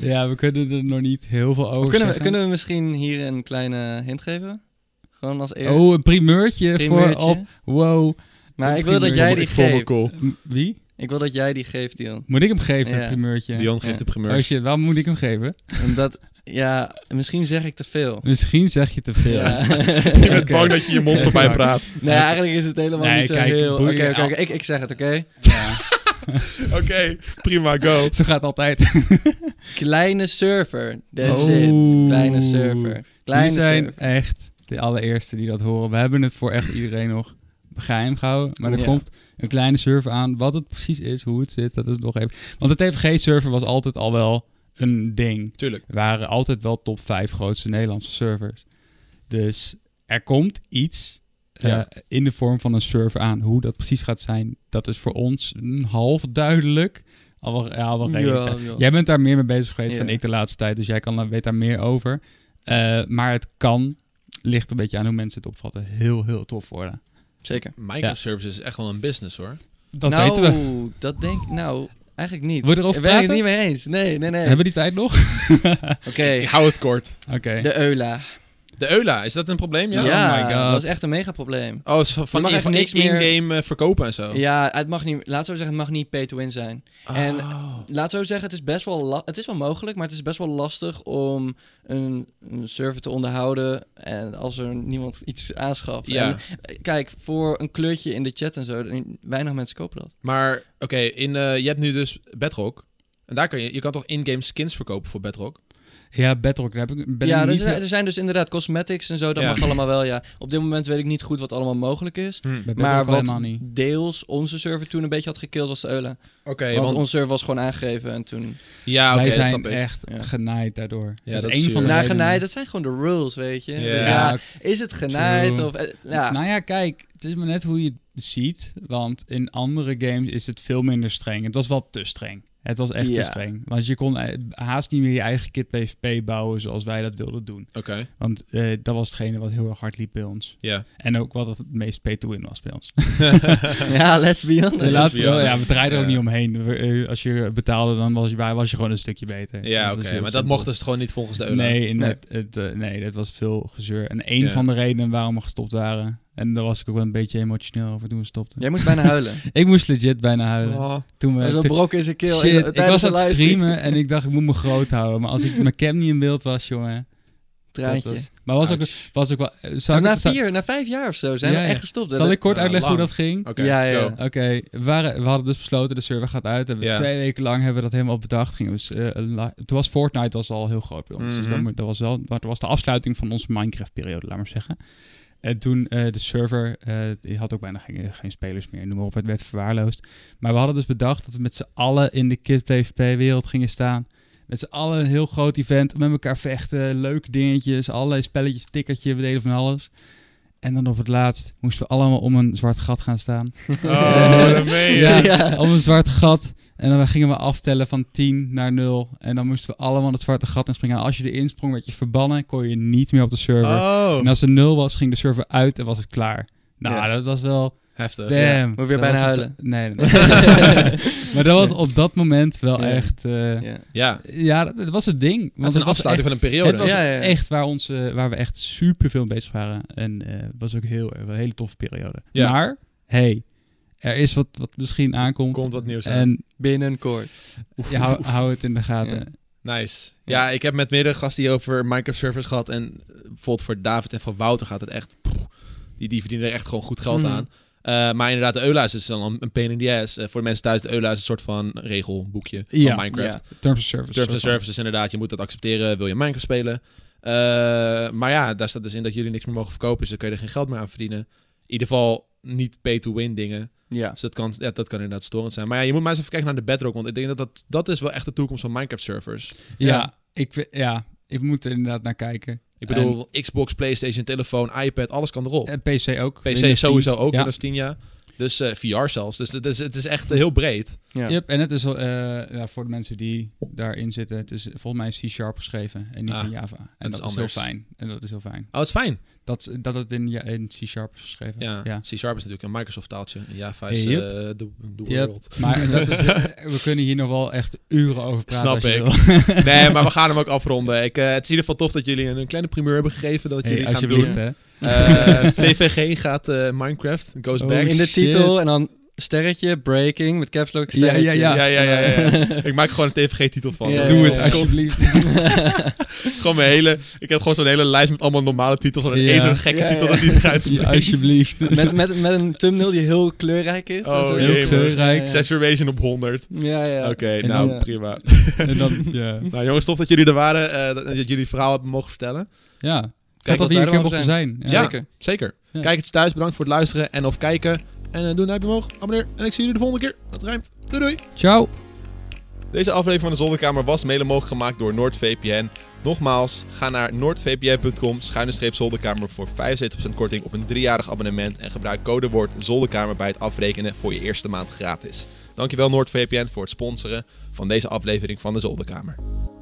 Speaker 2: ja, we kunnen er nog niet heel veel over
Speaker 3: kunnen, we,
Speaker 2: zeggen.
Speaker 3: kunnen we misschien hier een kleine hint geven? Gewoon als eerst.
Speaker 2: Oh, een primeurtje,
Speaker 3: primeurtje.
Speaker 2: voor op. Wow.
Speaker 3: Maar
Speaker 2: een
Speaker 3: ik wil dat
Speaker 2: primeurtje.
Speaker 3: jij die
Speaker 1: Ik vond me
Speaker 3: geeft.
Speaker 1: cool.
Speaker 2: M- Wie?
Speaker 3: Ik wil dat jij die geeft, Dion.
Speaker 2: Moet ik hem geven,
Speaker 3: Ja.
Speaker 2: een primeurtje?
Speaker 1: Dion geeft de
Speaker 2: Oh
Speaker 1: primeur.
Speaker 2: shit, waarom moet ik hem geven?
Speaker 3: Omdat, ja, misschien zeg ik te veel.
Speaker 2: Misschien zeg je te veel.
Speaker 3: Ja.
Speaker 1: Je bent
Speaker 2: Oké.
Speaker 1: bang dat je je mond voorbij
Speaker 2: Ja.
Speaker 1: praat.
Speaker 3: Nee, eigenlijk is het helemaal
Speaker 2: Nee,
Speaker 3: niet zo
Speaker 2: kijk,
Speaker 3: heel... Oké,
Speaker 2: boeien-
Speaker 3: oké, oké, ik, ik zeg het, oké?
Speaker 2: Ja.
Speaker 1: Oké, prima, go.
Speaker 2: Zo gaat het altijd.
Speaker 3: Kleine server. That's
Speaker 2: Oh.
Speaker 3: it. Kleine server. Kleine
Speaker 2: Jullie zijn
Speaker 3: server.
Speaker 2: echt de allereerste die dat horen. We hebben het voor echt iedereen nog geheim gehouden. Maar er
Speaker 3: Ja.
Speaker 2: komt een kleine server aan. Wat het precies is, hoe het zit, dat is nog even... Want de TVG-server was altijd al wel een ding.
Speaker 1: Tuurlijk.
Speaker 2: We waren altijd wel top 5 grootste Nederlandse servers. Dus er komt iets eh,
Speaker 1: Ja.
Speaker 2: in de vorm van een server aan. Hoe dat precies gaat zijn, dat is voor ons een half duidelijk. Al wel, ja, al wel redelijk duidelijk.
Speaker 3: ja.
Speaker 2: Jij bent daar meer mee bezig geweest
Speaker 3: Ja.
Speaker 2: dan ik de laatste tijd, dus jij kan, daar- weet daar meer over. Eh, maar het kan, ligt een beetje aan hoe mensen het opvatten, heel, heel tof worden.
Speaker 3: Zeker.
Speaker 1: Minecraft services is echt wel een business hoor.
Speaker 2: Dat
Speaker 3: nou,
Speaker 2: weten we.
Speaker 3: dat denk ik... Nou, eigenlijk niet.
Speaker 2: Wil je erover
Speaker 3: Daar ben ik het
Speaker 2: praten?
Speaker 3: niet mee eens. Nee, nee, nee.
Speaker 2: Hebben we die tijd nog?
Speaker 3: Oké,
Speaker 1: Ik hou het kort.
Speaker 2: Oké.
Speaker 3: de Eula.
Speaker 1: De Eula, is dat een probleem? Ja.
Speaker 3: Ja,
Speaker 2: oh my God.
Speaker 3: dat was echt een megaprobleem.
Speaker 1: Oh, is van, van,
Speaker 3: mag
Speaker 1: in-
Speaker 3: echt
Speaker 1: van
Speaker 3: niks
Speaker 1: in-game
Speaker 3: meer-
Speaker 1: eh, verkopen en
Speaker 2: Oh.
Speaker 1: zo.
Speaker 3: Ja, het mag niet... Laat zo zeggen, het mag niet pay-to-win zijn. en-
Speaker 1: Oh.
Speaker 3: Laat zo zeggen, het is best wel, la- het is wel mogelijk, maar het is best wel lastig om een, een server te onderhouden en als er niemand iets aanschaft.
Speaker 1: Ja.
Speaker 3: En, eh, kijk, voor een kleurtje in de chat en zo, n- weinig mensen kopen dat.
Speaker 1: Maar oké, in, eh, je hebt nu dus Bedrock. En daar kan je, je kan toch in-game skins verkopen voor Bedrock?
Speaker 2: Ja, Bedrock, daar heb ik, ben
Speaker 3: ja,
Speaker 2: ik
Speaker 3: er,
Speaker 2: niet...
Speaker 3: zijn- er zijn dus inderdaad cosmetics en zo, dat
Speaker 1: Ja.
Speaker 3: mag allemaal wel, ja. Op dit moment weet ik niet goed wat allemaal mogelijk is.
Speaker 2: bij Bedrock
Speaker 3: Maar
Speaker 2: al
Speaker 3: wat
Speaker 2: helemaal niet.
Speaker 3: deels onze server toen een beetje had gekild was de Eulen.
Speaker 1: Oké,
Speaker 3: want,
Speaker 1: want...
Speaker 3: onze server was gewoon aangegeven en toen...
Speaker 1: Ja, oké,
Speaker 2: Wij
Speaker 1: dat
Speaker 2: zijn
Speaker 1: snap ik.
Speaker 2: echt
Speaker 3: Ja.
Speaker 2: genaaid daardoor.
Speaker 1: Ja,
Speaker 2: dat,
Speaker 1: dat
Speaker 2: is
Speaker 1: is
Speaker 2: één van de
Speaker 1: zuur.
Speaker 3: Nou,
Speaker 2: redenen.
Speaker 3: genaaid, dat zijn gewoon de rules, weet je. Dus
Speaker 1: Ja.
Speaker 3: Ja.
Speaker 2: Ja,
Speaker 3: is het genaaid
Speaker 2: True.
Speaker 3: of... eh, Ja,
Speaker 2: Nou ja, kijk, het is maar net hoe je het ziet. Want in andere games is het veel minder streng. Het was wel te streng. Het was echt
Speaker 3: Ja.
Speaker 2: te streng. Want je kon eh, haast niet meer je eigen kit PvP bouwen zoals wij dat wilden doen.
Speaker 1: Oké,
Speaker 2: Want eh, dat was hetgene wat heel erg hard liep bij ons.
Speaker 1: ja.
Speaker 2: En ook wat het meest pay-to-win was bij ons.
Speaker 3: Ja, let's be honest. Dus
Speaker 2: Ja, laten we-
Speaker 1: wel-
Speaker 2: ja, we draaiden er ook
Speaker 1: Ja.
Speaker 2: niet omheen. We, eh, als je betaalde, dan was je, bij- was je gewoon een stukje beter.
Speaker 1: Ja,
Speaker 2: Dat
Speaker 1: oké.
Speaker 2: is heel
Speaker 1: Maar dat
Speaker 2: simpel.
Speaker 1: mochten ze gewoon niet volgens de euro.
Speaker 2: Nee, in
Speaker 3: Nee.
Speaker 2: Het, het, eh, nee, dat was veel gezeur. En één
Speaker 1: Ja.
Speaker 2: van de redenen waarom we gestopt waren... en daar was ik ook wel een beetje emotioneel over toen we stopten.
Speaker 3: Jij moet bijna huilen.
Speaker 2: Ik moest legit bijna huilen.
Speaker 1: Oh,
Speaker 2: Toen we,
Speaker 3: Er is een
Speaker 2: toen-
Speaker 3: brok in zijn keel.
Speaker 2: shit, ik
Speaker 3: tijdens
Speaker 2: was
Speaker 3: een
Speaker 2: aan het
Speaker 3: live
Speaker 2: streamen en ik dacht, ik moet me groot houden. Maar als ik mijn cam niet in beeld was, jongen... dat
Speaker 3: Traantje.
Speaker 2: was- maar was ook,
Speaker 1: ouch.
Speaker 2: was ook wel... eh, Zal
Speaker 3: Maar
Speaker 2: ik,
Speaker 3: na
Speaker 2: zal-
Speaker 3: vier, na vijf jaar of zo zijn
Speaker 2: Ja,
Speaker 3: we
Speaker 2: ja.
Speaker 3: echt gestopt.
Speaker 2: zal ik kort
Speaker 1: Ja,
Speaker 2: uitleggen hoe
Speaker 1: lang.
Speaker 2: dat ging?
Speaker 1: Oké,
Speaker 3: Ja, ja,
Speaker 1: go.
Speaker 3: ja.
Speaker 2: Oké, we, waren- we hadden dus besloten, de server gaat uit. En we
Speaker 1: Ja.
Speaker 2: twee weken lang hebben we dat helemaal bedacht. Gingen we, s- eh, een la- toen was Fortnite was al heel groot bij ons. Dus dat,
Speaker 1: Mhm.
Speaker 2: moet- dat was wel, maar dat was de afsluiting van onze Minecraft-periode, laat maar zeggen. En toen eh, de server, eh, die had ook bijna geen, geen spelers meer, noem maar op, het werd verwaarloosd. Maar we hadden dus bedacht dat we met z'n allen in de Kid PvP-wereld gingen staan. Met z'n allen een heel groot event, met elkaar vechten, leuke dingetjes, allerlei spelletjes, tikkertje, we deden van alles. En dan op het laatst moesten we allemaal om een zwart gat gaan staan.
Speaker 1: Oh, dan ben je.
Speaker 2: Ja,
Speaker 3: Ja.
Speaker 2: om een zwart gat. En dan gingen we aftellen van 10 naar 0. En dan moesten we allemaal het zwarte gat inspringen. En als je erin sprong, werd je verbannen. Kon je niet meer op de server.
Speaker 1: Oh,
Speaker 2: En als er 0 was, ging de server uit en was het klaar. Nou,
Speaker 1: Ja.
Speaker 2: dat was wel...
Speaker 1: heftig.
Speaker 2: Damn.
Speaker 3: ja. Moet weer
Speaker 2: Dat
Speaker 3: bijna
Speaker 2: was-
Speaker 3: huilen.
Speaker 2: Nee, nee, nee. maar dat was op dat moment wel
Speaker 3: Ja.
Speaker 2: echt... eh, ja.
Speaker 3: Ja.
Speaker 1: Ja,
Speaker 2: dat, dat was het ding. Want
Speaker 1: dat is een
Speaker 2: het was
Speaker 1: afsluiting van een
Speaker 2: het
Speaker 1: periode.
Speaker 2: was
Speaker 3: Ja, ja, ja.
Speaker 2: echt waar, ons, eh, waar we echt super veel mee bezig waren. En eh, het was ook heel, een hele toffe periode.
Speaker 1: Ja.
Speaker 2: Maar, hey, er is wat, wat misschien aankomt.
Speaker 1: Komt wat nieuws aan.
Speaker 2: en
Speaker 3: Binnenkort.
Speaker 2: je hou, hou het in de gaten.
Speaker 1: Nice. Ja, ik heb met meerdere gasten hier over Minecraft servers gehad. En eh, bijvoorbeeld voor David en voor Wouter gaat het echt... pff, die, die verdienen er echt gewoon goed
Speaker 2: Mm.
Speaker 1: geld
Speaker 3: Mhm.
Speaker 1: aan. Eh, maar inderdaad, de Eula's is dan een pain in the ass. Eh, voor de mensen thuis, de Eula's is een soort van regelboekje
Speaker 2: Ja,
Speaker 1: van Minecraft.
Speaker 3: Ja.
Speaker 2: Terms of service.
Speaker 1: Terms and
Speaker 2: soort van.
Speaker 1: services, inderdaad. Je moet dat accepteren. Wil je Minecraft spelen? Eh, maar ja, daar staat dus in dat jullie niks meer mogen verkopen. Dus dan kun je er geen geld meer aan verdienen. In ieder geval niet pay-to-win dingen.
Speaker 3: ja.
Speaker 1: Dus dat kan, ja, dat kan inderdaad storend zijn. Maar ja, je moet maar eens even kijken naar de bedrock. Want ik denk dat dat, dat is wel echt de toekomst van Minecraft-servers.
Speaker 2: Ja, ik, we- ja, ik moet er inderdaad naar kijken.
Speaker 1: Ik bedoel, Xbox, PlayStation, telefoon, iPad, alles kan erop.
Speaker 2: En PC ook.
Speaker 1: PC sowieso ook,
Speaker 2: Ja.
Speaker 1: Windows 10 jaar. Dus eh, VR zelfs. Dus het is, het is echt eh, heel breed.
Speaker 3: Ja.
Speaker 2: Yep, en het is al, eh, ja, voor de mensen die daarin zitten, het is volgens mij in C-sharp geschreven en niet
Speaker 1: Ah,
Speaker 2: in Java. En dat,
Speaker 1: is
Speaker 2: is, heel
Speaker 1: anders.
Speaker 2: fijn. En dat is heel fijn.
Speaker 1: Oh, het is fijn.
Speaker 2: Dat, dat het in, ja, in C-sharp is geschreven.
Speaker 1: Ja,
Speaker 2: ja.
Speaker 1: C-Sharp is natuurlijk een Microsoft taaltje. En Java is
Speaker 2: Yep.
Speaker 1: eh, de de
Speaker 2: Yep.
Speaker 1: world.
Speaker 2: Maar dat is, we kunnen hier nog wel echt uren over praten.
Speaker 1: Snap
Speaker 2: als je
Speaker 1: ik.
Speaker 2: wil.
Speaker 1: Nee, maar we gaan hem ook afronden. Ik, eh, het is in ieder geval tof dat jullie een, een kleine primeur hebben gegeven. Dat
Speaker 2: Hey,
Speaker 1: jullie gaan
Speaker 2: alsjeblieft,
Speaker 1: doen.
Speaker 2: hè.
Speaker 1: Eh, TVG gaat eh, Minecraft, goes
Speaker 2: Oh,
Speaker 1: back.
Speaker 3: Eh, In de
Speaker 2: shit.
Speaker 3: titel en dan sterretje, breaking, met caps lock,
Speaker 2: Ja,
Speaker 3: sterretje.
Speaker 2: ja, ja.
Speaker 1: Ja, ja, ja, ja, ja. Ik maak gewoon een TVG-titel van.
Speaker 3: Ja,
Speaker 2: Doe
Speaker 3: ja,
Speaker 2: het,
Speaker 3: ja.
Speaker 2: alsjeblieft.
Speaker 1: Gewoon mijn hele... Ik heb gewoon zo'n hele lijst met allemaal normale titels. En
Speaker 2: Ja.
Speaker 1: één zo'n gekke
Speaker 3: Ja, ja.
Speaker 1: titel dat niet eruit
Speaker 2: Ja,
Speaker 1: spreekt.
Speaker 2: alsjeblieft.
Speaker 3: met, met, met een thumbnail die heel kleurrijk is.
Speaker 1: Oh,
Speaker 3: Zo-
Speaker 1: jee, man.
Speaker 2: Heel kleurrijk.
Speaker 3: Ja,
Speaker 1: Saturation op 100.
Speaker 3: Ja, ja.
Speaker 1: Oké,
Speaker 2: En
Speaker 1: nou,
Speaker 3: dan-
Speaker 1: prima.
Speaker 2: En dan, ja.
Speaker 1: Nou jongens, tof dat jullie er waren. eh, dat, dat jullie verhaal hebben mogen vertellen.
Speaker 2: Ja,
Speaker 1: wat
Speaker 2: Kijk dat
Speaker 1: wij
Speaker 2: we hier een keer
Speaker 3: ervan
Speaker 2: mochten zijn.
Speaker 1: Ja.
Speaker 3: Zeker.
Speaker 1: Zeker.
Speaker 2: Ja.
Speaker 1: Kijkertjes thuis, bedankt voor het luisteren en of kijken. En eh, doe een duimpje omhoog, abonneer. En ik zie jullie de volgende keer. Dat rijmt. Doei doei.
Speaker 2: Ciao.
Speaker 1: Deze aflevering van de Zolderkamer was mede mogelijk gemaakt door NoordVPN. Nogmaals, ga naar noordvpn.com zolderkamer voor 75% korting op een driejarig abonnement en gebruik codewoord zolderkamer bij het afrekenen voor je eerste maand gratis. Dankjewel NoordVPN voor het sponsoren van deze aflevering van de Zolderkamer.